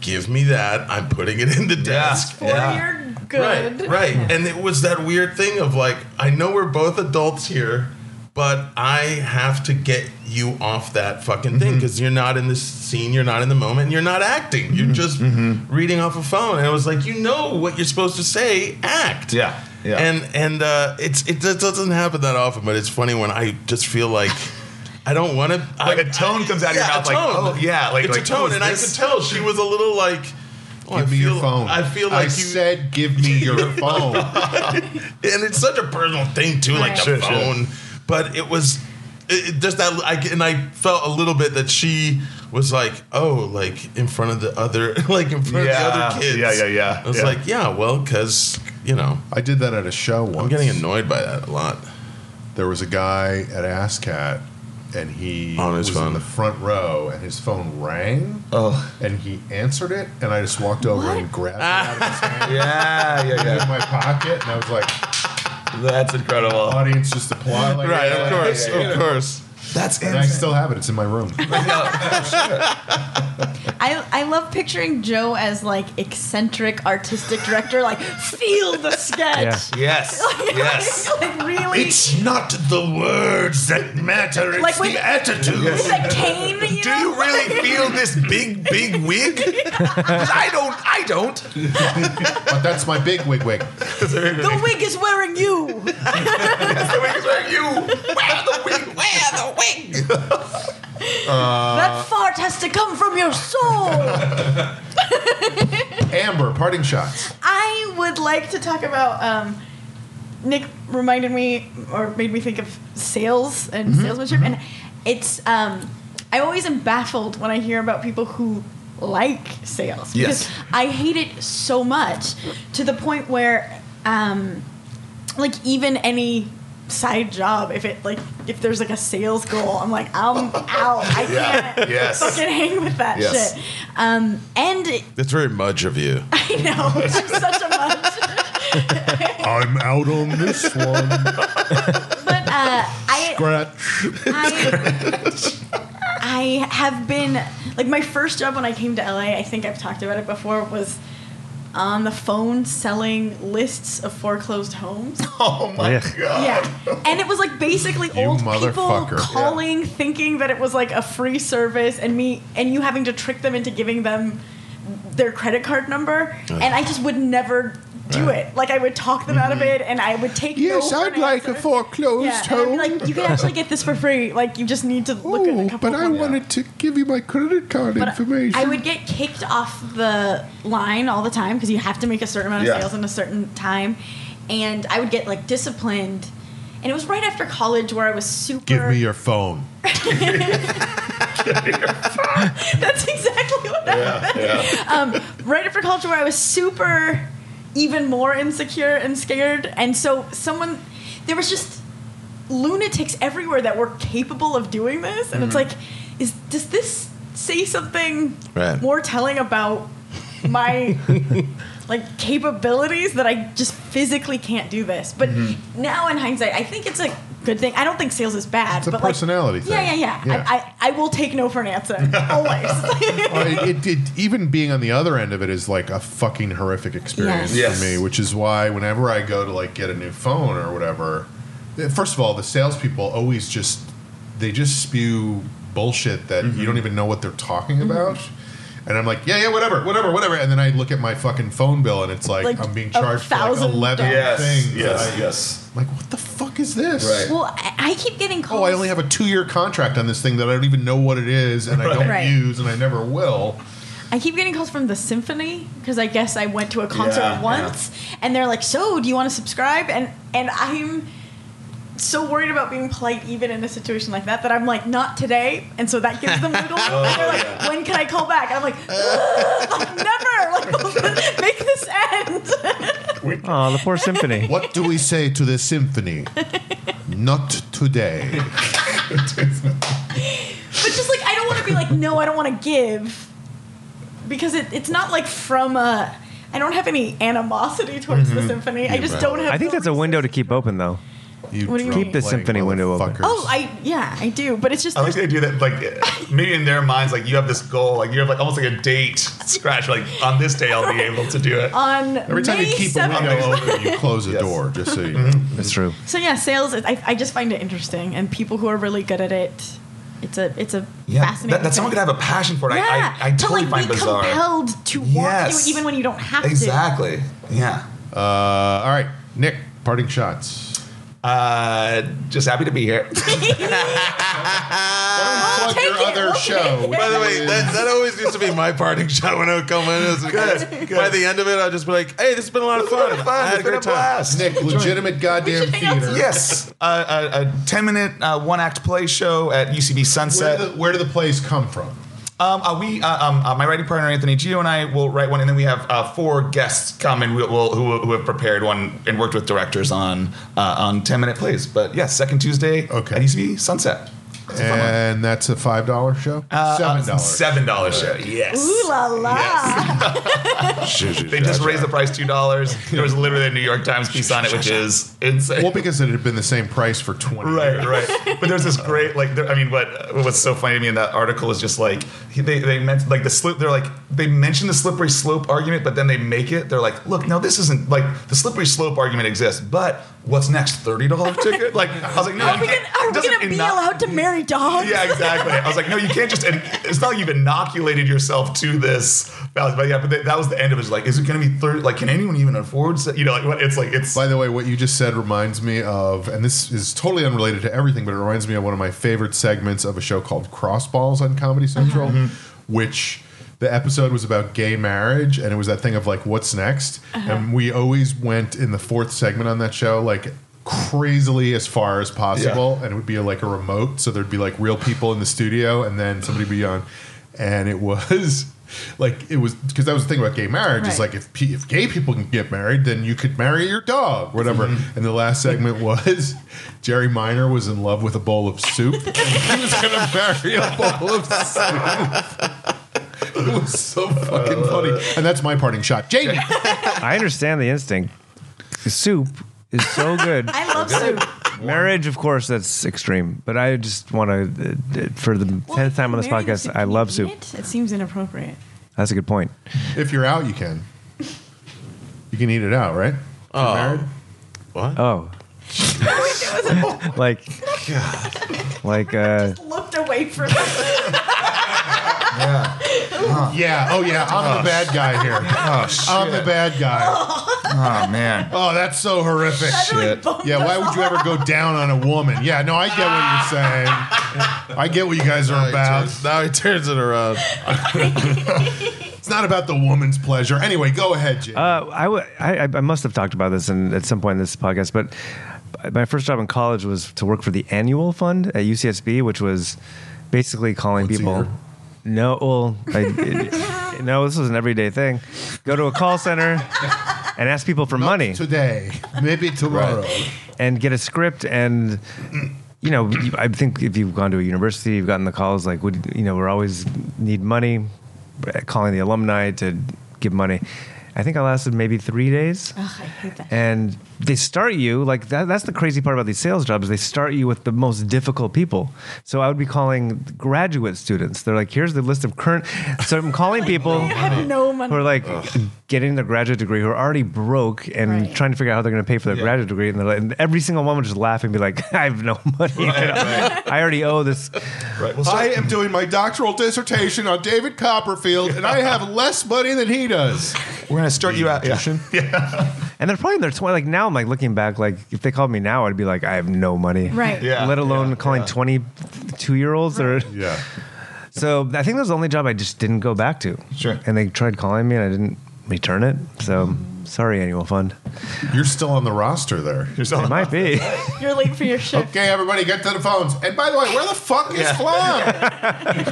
give me that i'm putting it in the desk
For your good.
Right, right. And it was that weird thing of like, I know we're both adults here, but I have to get you off that fucking thing because you're not in this scene, you're not in the moment, and you're not acting. You're just reading off a phone. And I was like, you know what you're supposed to say, act.
Yeah, yeah.
And and uh, it's it just doesn't happen that often, but it's funny when I just feel like I don't want to.
Like a tone comes out of your mouth, like, oh, yeah, like-
it's
like,
a
oh,
tone,
is
and I
this-
could tell she was a little like. oh,
Give
I
me your
feel-
phone.
I feel like
I
you
said, give me your phone.
and it's such a personal thing too, like
Right.
the
Sure, sure.
phone. But it was it, it- just that, I, and I felt a little bit that she was like, oh, like in front of the other, like in front of the
Yeah.
other kids.
Yeah, yeah, yeah,
I was
yeah.
like, yeah, well, because you know,
I did that at a show once.
I'm getting annoyed by that a lot.
there was a guy at ASCAT and he
On his
was
phone.
in the front row and his phone rang
Oh,
and he answered it and I just walked over and grabbed it out of his hand
yeah, yeah,
put it in
yeah.
my pocket and I was like,
That's incredible.
audience just applaud. Like,
Right,
yeah,
of
yeah,
course,
yeah, yeah.
of course.
That's
And I
insane.
still have it. It's in my room.
I, I love picturing Joe as like eccentric artistic director, like feel the sketch.
Yeah.
Yes,
Oh,
yes.
like really
not the words that matter;
Like it's with- the
attitude.
it's like Kane, you
Do
know?
you really feel this big, big wig? 'Cause I don't. I don't.
But that's my big wig wig.
the wig is wearing you.
The wig is wearing you. Wear the wig. Wear the wig.
that fart has to come from your soul.
Amber, parting shots.
I would like to talk about um, Nick reminded me or made me think of sales and
Mm-hmm.
salesmanship, and it's um, I always am baffled when I hear about people who like sales
Yes.
because I hate it so much to the point where um, like even any side job if it like if there's like a sales goal i'm like i'm out i can't
Yes.
fucking hang with that
Yes.
shit um and
That's very much of you.
i know i'm such a mutt
I'm out on this one.
but uh, I,
Scratch.
I I have been like my first job when I came to LA. I think I've talked about it before. Was on the phone selling lists of foreclosed homes.
Oh my
Yeah.
god.
Yeah, and it was like basically old people
motherfucker.
calling, thinking that it was like a free service, and me and you having to trick them into giving them their credit card number, and I just would never do it. Like I would talk them out of it, and I would take.
Mm-hmm. Yes,
no for
I'd
an
like a
answer.
foreclosed
Yeah, and I'd be
home.
like you can actually get this for free. Like you just need to look at a
oh,
couple.
but I
of
wanted to give you my credit card
but
information.
I would get kicked off the line all the time because you have to make a certain amount of
Yeah.
sales in a certain time, and I would get like disciplined. And it was right after college where I was super.
give me your phone.
That's exactly what happened. Um, right after college, where I was super, even more insecure and scared, and so someone, there was just lunatics everywhere that were capable of doing this, and it's like, is does this say something
Right.
more telling about my like capabilities that I just physically can't do this? But now in hindsight, I think it's a good thing. I don't think sales is bad.
It's a
but like,
personality thing.
yeah, yeah, yeah. I, I, I will take no for an answer. Always.
Well, it, it, it- even being on the other end of it is like a fucking horrific experience
Yes.
for
Yes.
me, which is why whenever I go to like get a new phone or whatever, eh, first of all, the salespeople always just they just spew bullshit that
Mm-hmm.
you don't even know what they're talking about. And I'm like, yeah, yeah, whatever, whatever, whatever. And then I look at my fucking phone bill, and it's like,
Like
I'm being
a
charged for like
thousand
eleven
Yes.
things.
Yes.
I-
Yes.
Like, what the fuck is this?
Right.
well, I, I keep getting calls.
Oh, I only have a two year contract on this thing that I don't even know what it is, and I don't
Right.
use, and I never will.
I keep getting calls from the symphony because I guess I went to a concert
Yeah,
once, and they're like, "So, do you want to subscribe?" And and I'm so worried about being polite, even in a situation like that, that I'm like, "Not today," and so that gives them wiggle.
Oh,
and they're like, "When can I call back?" And I'm like, "Ugh, like, "Never! Like, make this end."
Oh, the poor symphony.
What do we say to the symphony? Not today.
But just like I don't want to be like, no, I don't want to give, because it, it's not like from a.
Mm-hmm.
I don't have any animosity towards the symphony. I just don't have.
I think
the
Oh
that's a window to keep open, though.
You
What do you
drum
mean? Keep the
playing
symphony window open.
motherfuckers.
Oh, I yeah, I do, but it's just
I like the idea that like maybe in their minds like you have this goal like you have like almost like a date scratch like on this day I'll be able to do it.
on
Every time
May
you keep a
7th.
window open, you close a
Yes.
door, just so you know.
Mm-hmm.
That's true.
So yeah, sales. is- I, I just find it interesting, and people who are really good at it, it's a it's a fascinating.
that, that someone could
thing.
have a passion for it.
yeah,
I, I, I totally
to like
find
be
bizarre.
compelled to want
Yes.
to, even when you don't have
Exactly. Yeah.
Uh, all right, Nick, parting shots.
Uh, just happy to be here.
Plug
Oh, take
your
it,
other
we'll take
show.
it.
which
By the way,
is-
that, that always used to be my parting shot when I would come in. It's
Good, good.
By the end of it, I'd just be like, "Hey, this has been a lot of fun.
Fun,
I had
it's
a
been
great
a
time."
blast.
Nick, legitimate goddamn
should hang out
theater.
Yes, uh, a, a ten-minute uh, one-act play show at UCB
Where,
Sunset.
do the, where do the plays come from?
Um, uh, we, uh, um, uh, my writing partner Anthony Gio and I will write one, and then we have uh, four guests come and we'll, we'll, who, who have prepared one and worked with directors on uh, on ten-minute plays. But yes, second Tuesday
Okay.
at UCB Sunset. It's a fun one.
And that's a five dollar show. Seven
Uh,
dollars.
seven dollar show.
to.
Yes.
Ooh la la!
They just raised the price two dollars. There was literally a New York Times piece on it, which is insane.
well, because it had been the same price for twenty.
Right,
years.
right. But there's this great, like, there, I mean, what what was so funny to me in that article is just like he- they they meant like the slip. They're like they mention the slippery slope argument, but then they make it. They're like, look, no, this isn't like the slippery slope argument exists. But what's next? Thirty dollar ticket? Like I was like, no,
Are
you
we
can't-
gonna, are
it
we
doesn't
gonna be
inno-
allowed to marry dogs?
Yeah, exactly. I was like, no, you can't just. And it's not like you've inoculated yourself to this. But yeah, but that- that was the end of it. It's Like, is it going to be thirty? Like, can anyone even afford? s- You know, like what? It's like it's.
By the way, what you just said reminds me of, and this is totally unrelated to everything, but it reminds me of one of my favorite segments of a show called Crossballs on Comedy Central,
Mm-hmm.
which the episode was about gay marriage, and it was that thing of like, what's next?
Uh-huh.
And we always went in the fourth segment on that show, like, crazily as far as possible and it would be like a remote so there'd be like real people in the studio and then somebody would be on and it was like it was because that was the thing about gay marriage is like
Right.
if pe- if gay people can get married then you could marry your dog whatever
Mm-hmm.
and the last segment was jerry minor was in love with a bowl of soup and he was going to marry a bowl of soup it was so fucking funny and that's my parting shot jamie
I understand the instinct. Soup is so good.
I love soup.
Marriage, of course, that's extreme. But I just want to, uh, for the
Well,
tenth time on this
married to
podcast,
soup,
I
can you
love
eat
soup.
It? It seems inappropriate.
That's a good point.
if you're out you can you can eat it out right
Oh.
married?
What?
Oh, like, like, uh,
Looked away from it.
Yeah. Oh, yeah. I'm the bad guy here.
oh shit!
I'm the bad guy.
Oh man!
Oh, that's so horrific.
That really
Shit.
bummed
Yeah.
us
Why would you ever go down on a woman? Yeah. No, I get what you're saying. I get what you guys
Now
are
he
about.
turns- now he turns it around.
It's not about the woman's pleasure. Anyway, go ahead, Jim.
Uh, I, w- I, I must have talked about this in, at some point in this podcast, but my first job in college was to work for the annual fund at UCSB, which was basically calling
Once a
people.
year?
No, well, I, it- no, this was an everyday thing. Go to a call center and ask people for money
Today, maybe tomorrow.
and get a script and you know you- i think if you've gone to a university you've gotten the calls like would you know we're always need money calling the alumni to give money i think i lasted maybe three days
Ugh, I hate that.
and they start you like that, that's the crazy part about these sales jobs they start you with the most difficult people so i would be calling graduate students they're like here's the list of current so i'm calling people
I have no money.
who are like getting their graduate degree who are already broke and
Right.
trying to figure out how they're going to pay for their graduate degree and, they're like, and every single one would just laugh and be like i have no money i already owe this
Right. Well,
I
sorry.
am doing my doctoral dissertation on David Copperfield, and I have less money than he does.
we're gonna start you out. Yeah.
and they're probably in their 20 like now i'm like looking back like if they called me now i'd be like i have no money
Right.
Yeah.
let alone
yeah,
calling
yeah.
22 year olds or
Yeah.
So I think that was the only job I just didn't go back to.
Sure.
And they tried calling me and I didn't return it. So sorry, annual fund.
You're still on the roster there.
You're
It
selling-
might be.
You're late for your shift.
Okay, everybody, get to the phones. And by the way, where the fuck is Flan?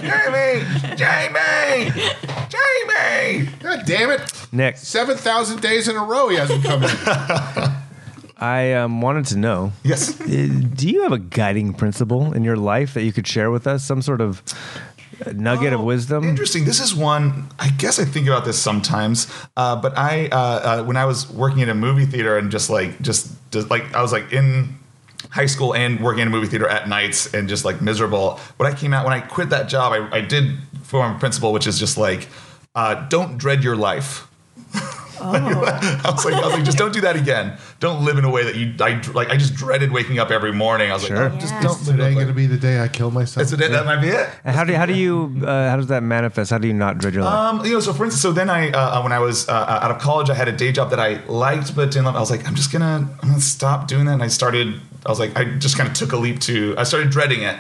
Jamie, Jamie, Jamie.
God damn it.
Nick,
7,000 days in a row he hasn't come in.
I um, wanted to know
Yes.
uh, do you have a guiding principle in your life that you could share with us? Some sort of uh, nugget
Oh,
of wisdom?
Interesting. This is one. I guess I think about this sometimes. Uh, but I, uh, uh, when I was working in a movie theater and just like, just, just like, I was like in high school and working in a movie theater at nights and just like miserable. When I came out, when I quit that job, I, I did form a principle, which is just like, uh, don't dread your life. I was like, I was like, just don't do that again. Don't live in a way that you, I dr- like, I just dreaded waking up every morning. I was
Sure.
like, oh, just
Yeah.
don't
Is
live
today
like-
going to be the day I kill myself?
That's it. That might be it.
And how do how do you uh, how does that manifest? How do you not dread your life?
Um, you know, so for instance, so then I, uh, when I was uh, out of college, I had a day job that I liked, but didn't love. I was like, I'm just gonna, I'm gonna stop doing that. And I started, I was like, I just kind of took a leap to, I started dreading it,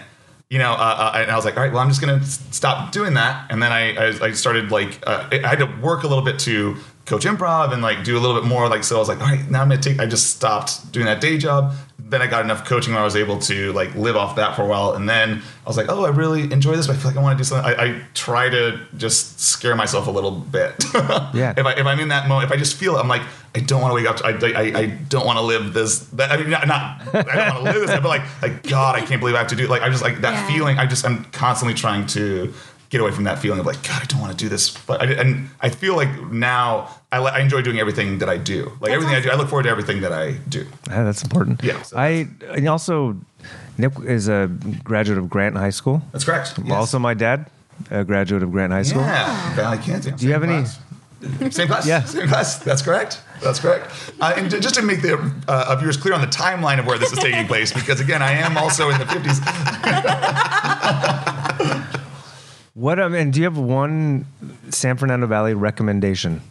you know, uh, uh, and I was like, all right, well, I'm just gonna s- stop doing that. And then I, I, I started like, uh, I had to work a little bit to coach improv and like do a little bit more. Like, so I was like, all right, now I'm gonna take, I just stopped doing that day job. Then I got enough coaching where I was able to like live off that for a while, and then I was like, "Oh, I really enjoy this, but I feel like I want to do something." I, I try to just scare myself a little bit.
Yeah.
if I if I'm in that moment, if I just feel, I'm like, I don't want to wake up. I, I, I don't want to live this. That, I mean, not, not I don't want to live this, but like, like God, I can't believe I have to do. it. Like, I just like that
Yeah.
feeling. I just I'm constantly trying to get away from that feeling of like, God, I don't want to do this. But I, and I feel like now I, li- I enjoy doing everything that I do.
That's
Like everything I do, I
awesome.
look forward to everything that I do.
Yeah, that's important.
Yeah, so
I and also Nick is a graduate of Grant High School.
That's correct. Yes.
Also, my dad, a graduate of Grant High School.
Yeah, Valley Kansas.
Do you have any-
any? Same class.
Yeah.
Same class. That's correct. That's correct. Uh, and ju- just to make the uh, our viewers clear on the timeline of where this is taking place, because again, I am also in the 50s.
What um, and do you have one San Fernando Valley recommendation?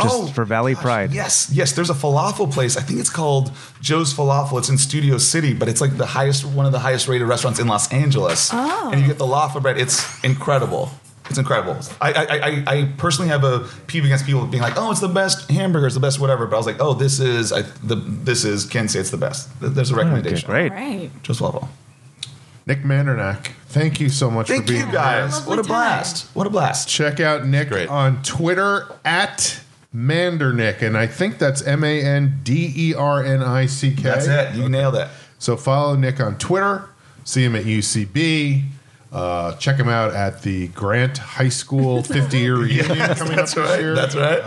Just
Oh,
for Valley Pride.
Yes, yes. There's a falafel place. I think it's called Joe's Falafel. It's in Studio City, but it's like the highest, one of the highest rated restaurants in Los Angeles.
Oh.
And you get the laffa bread. It's incredible. It's incredible. I, I, I, I personally have a peeve against people being like, "Oh, it's the best hamburger, it's the best whatever." But I was like, "Oh, this is I, the this is can say it's the best." Th- There's a recommendation.
great.
Right.
Joe's falafel.
Nick Mandernack, thank you so much
Thank
for being
you
here.
guys.
Lovely
what a
time.
blast! What a blast!
Check out Nick
Great.
on Twitter at Mandernick, and I think that's M A N D E R N I C K.
That's it. You nailed it.
So follow Nick on Twitter, see him at UCB, uh, check him out at the Grant High School 50 year reunion coming up
That's
this
right.
year. Uh,
That's right.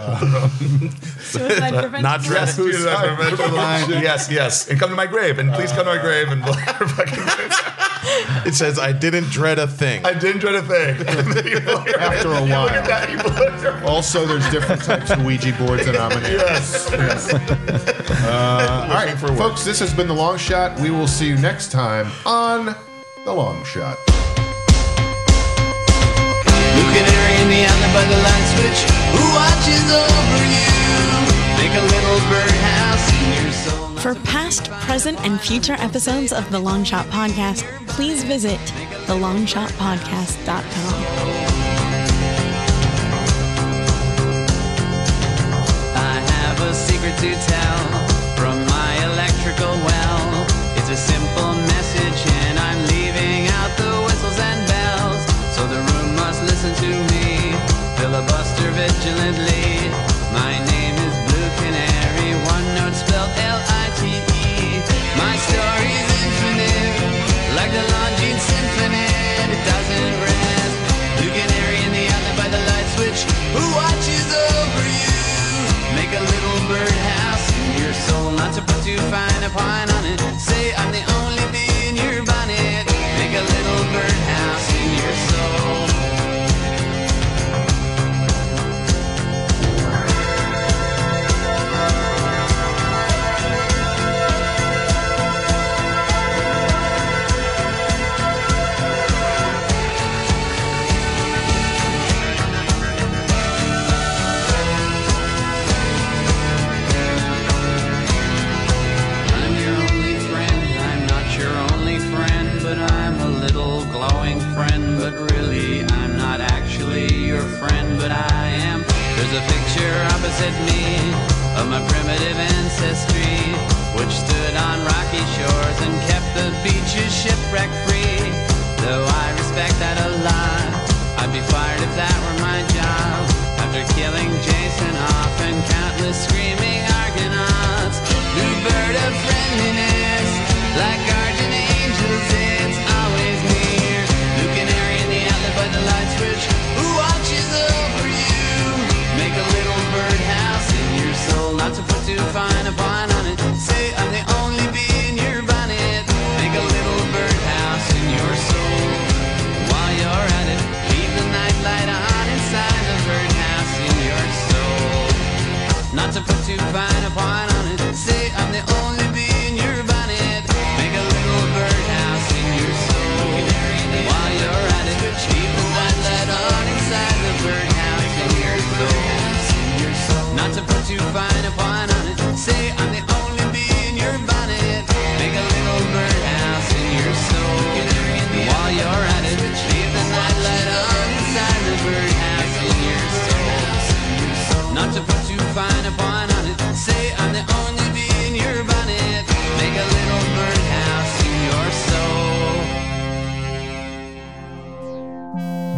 Suicide prevention.
Not dress
Yes, yes, yes, yes. And come to my grave, and please come to my grave. And
It says, I didn't dread a thing.
I didn't dread a thing.
After a while.
while.
Also, there's different types of Ouija boards and Amanita.
Yes.
All right, folks, this has been The Long Shot. We will see you next time on The Long Shot.
You can hurry me on the by the light switch. Who watches over you? Make a little birdhouse in your soul.
For past, present, and future episodes of the Long Shot Podcast, please visit thelongshotpodcast.com.
I have a secret to tell from my electrical well. It's a simple message, and I'm leaving out the whistles and bells. So the room must listen to me, filibuster vigilantly. My name is Blue Canary, one note spelled L-I-T-E. E. My story's infinite, like the Longines Symphony. It doesn't rest. Blue Canary in the island by the light switch. Who watches over you? Make a little birdhouse in your soul, not to put too fine a pine on it. Say I'm the only bee in your bonnet. Make a little birdhouse in your soul. I'm your only friend. I'm not your only friend, but I'm a little glowing friend. But really, I'm not actually your friend, but I am. There's a picture opposite me of my primitive ancestry, which stood on rocky shores and kept the beaches shipwreck free. Though I respect that a lot, I'd be fired if that were my job. After killing Jason off and countless screaming Argonauts, new bird of friendliness, like guardian angels, it's always near. New canary in the outlet by the light switch, who watches over you? Make a little birdhouse in your soul, not to put too fine a pine on it. Say I'm the only bee in your bonnet.
Bye.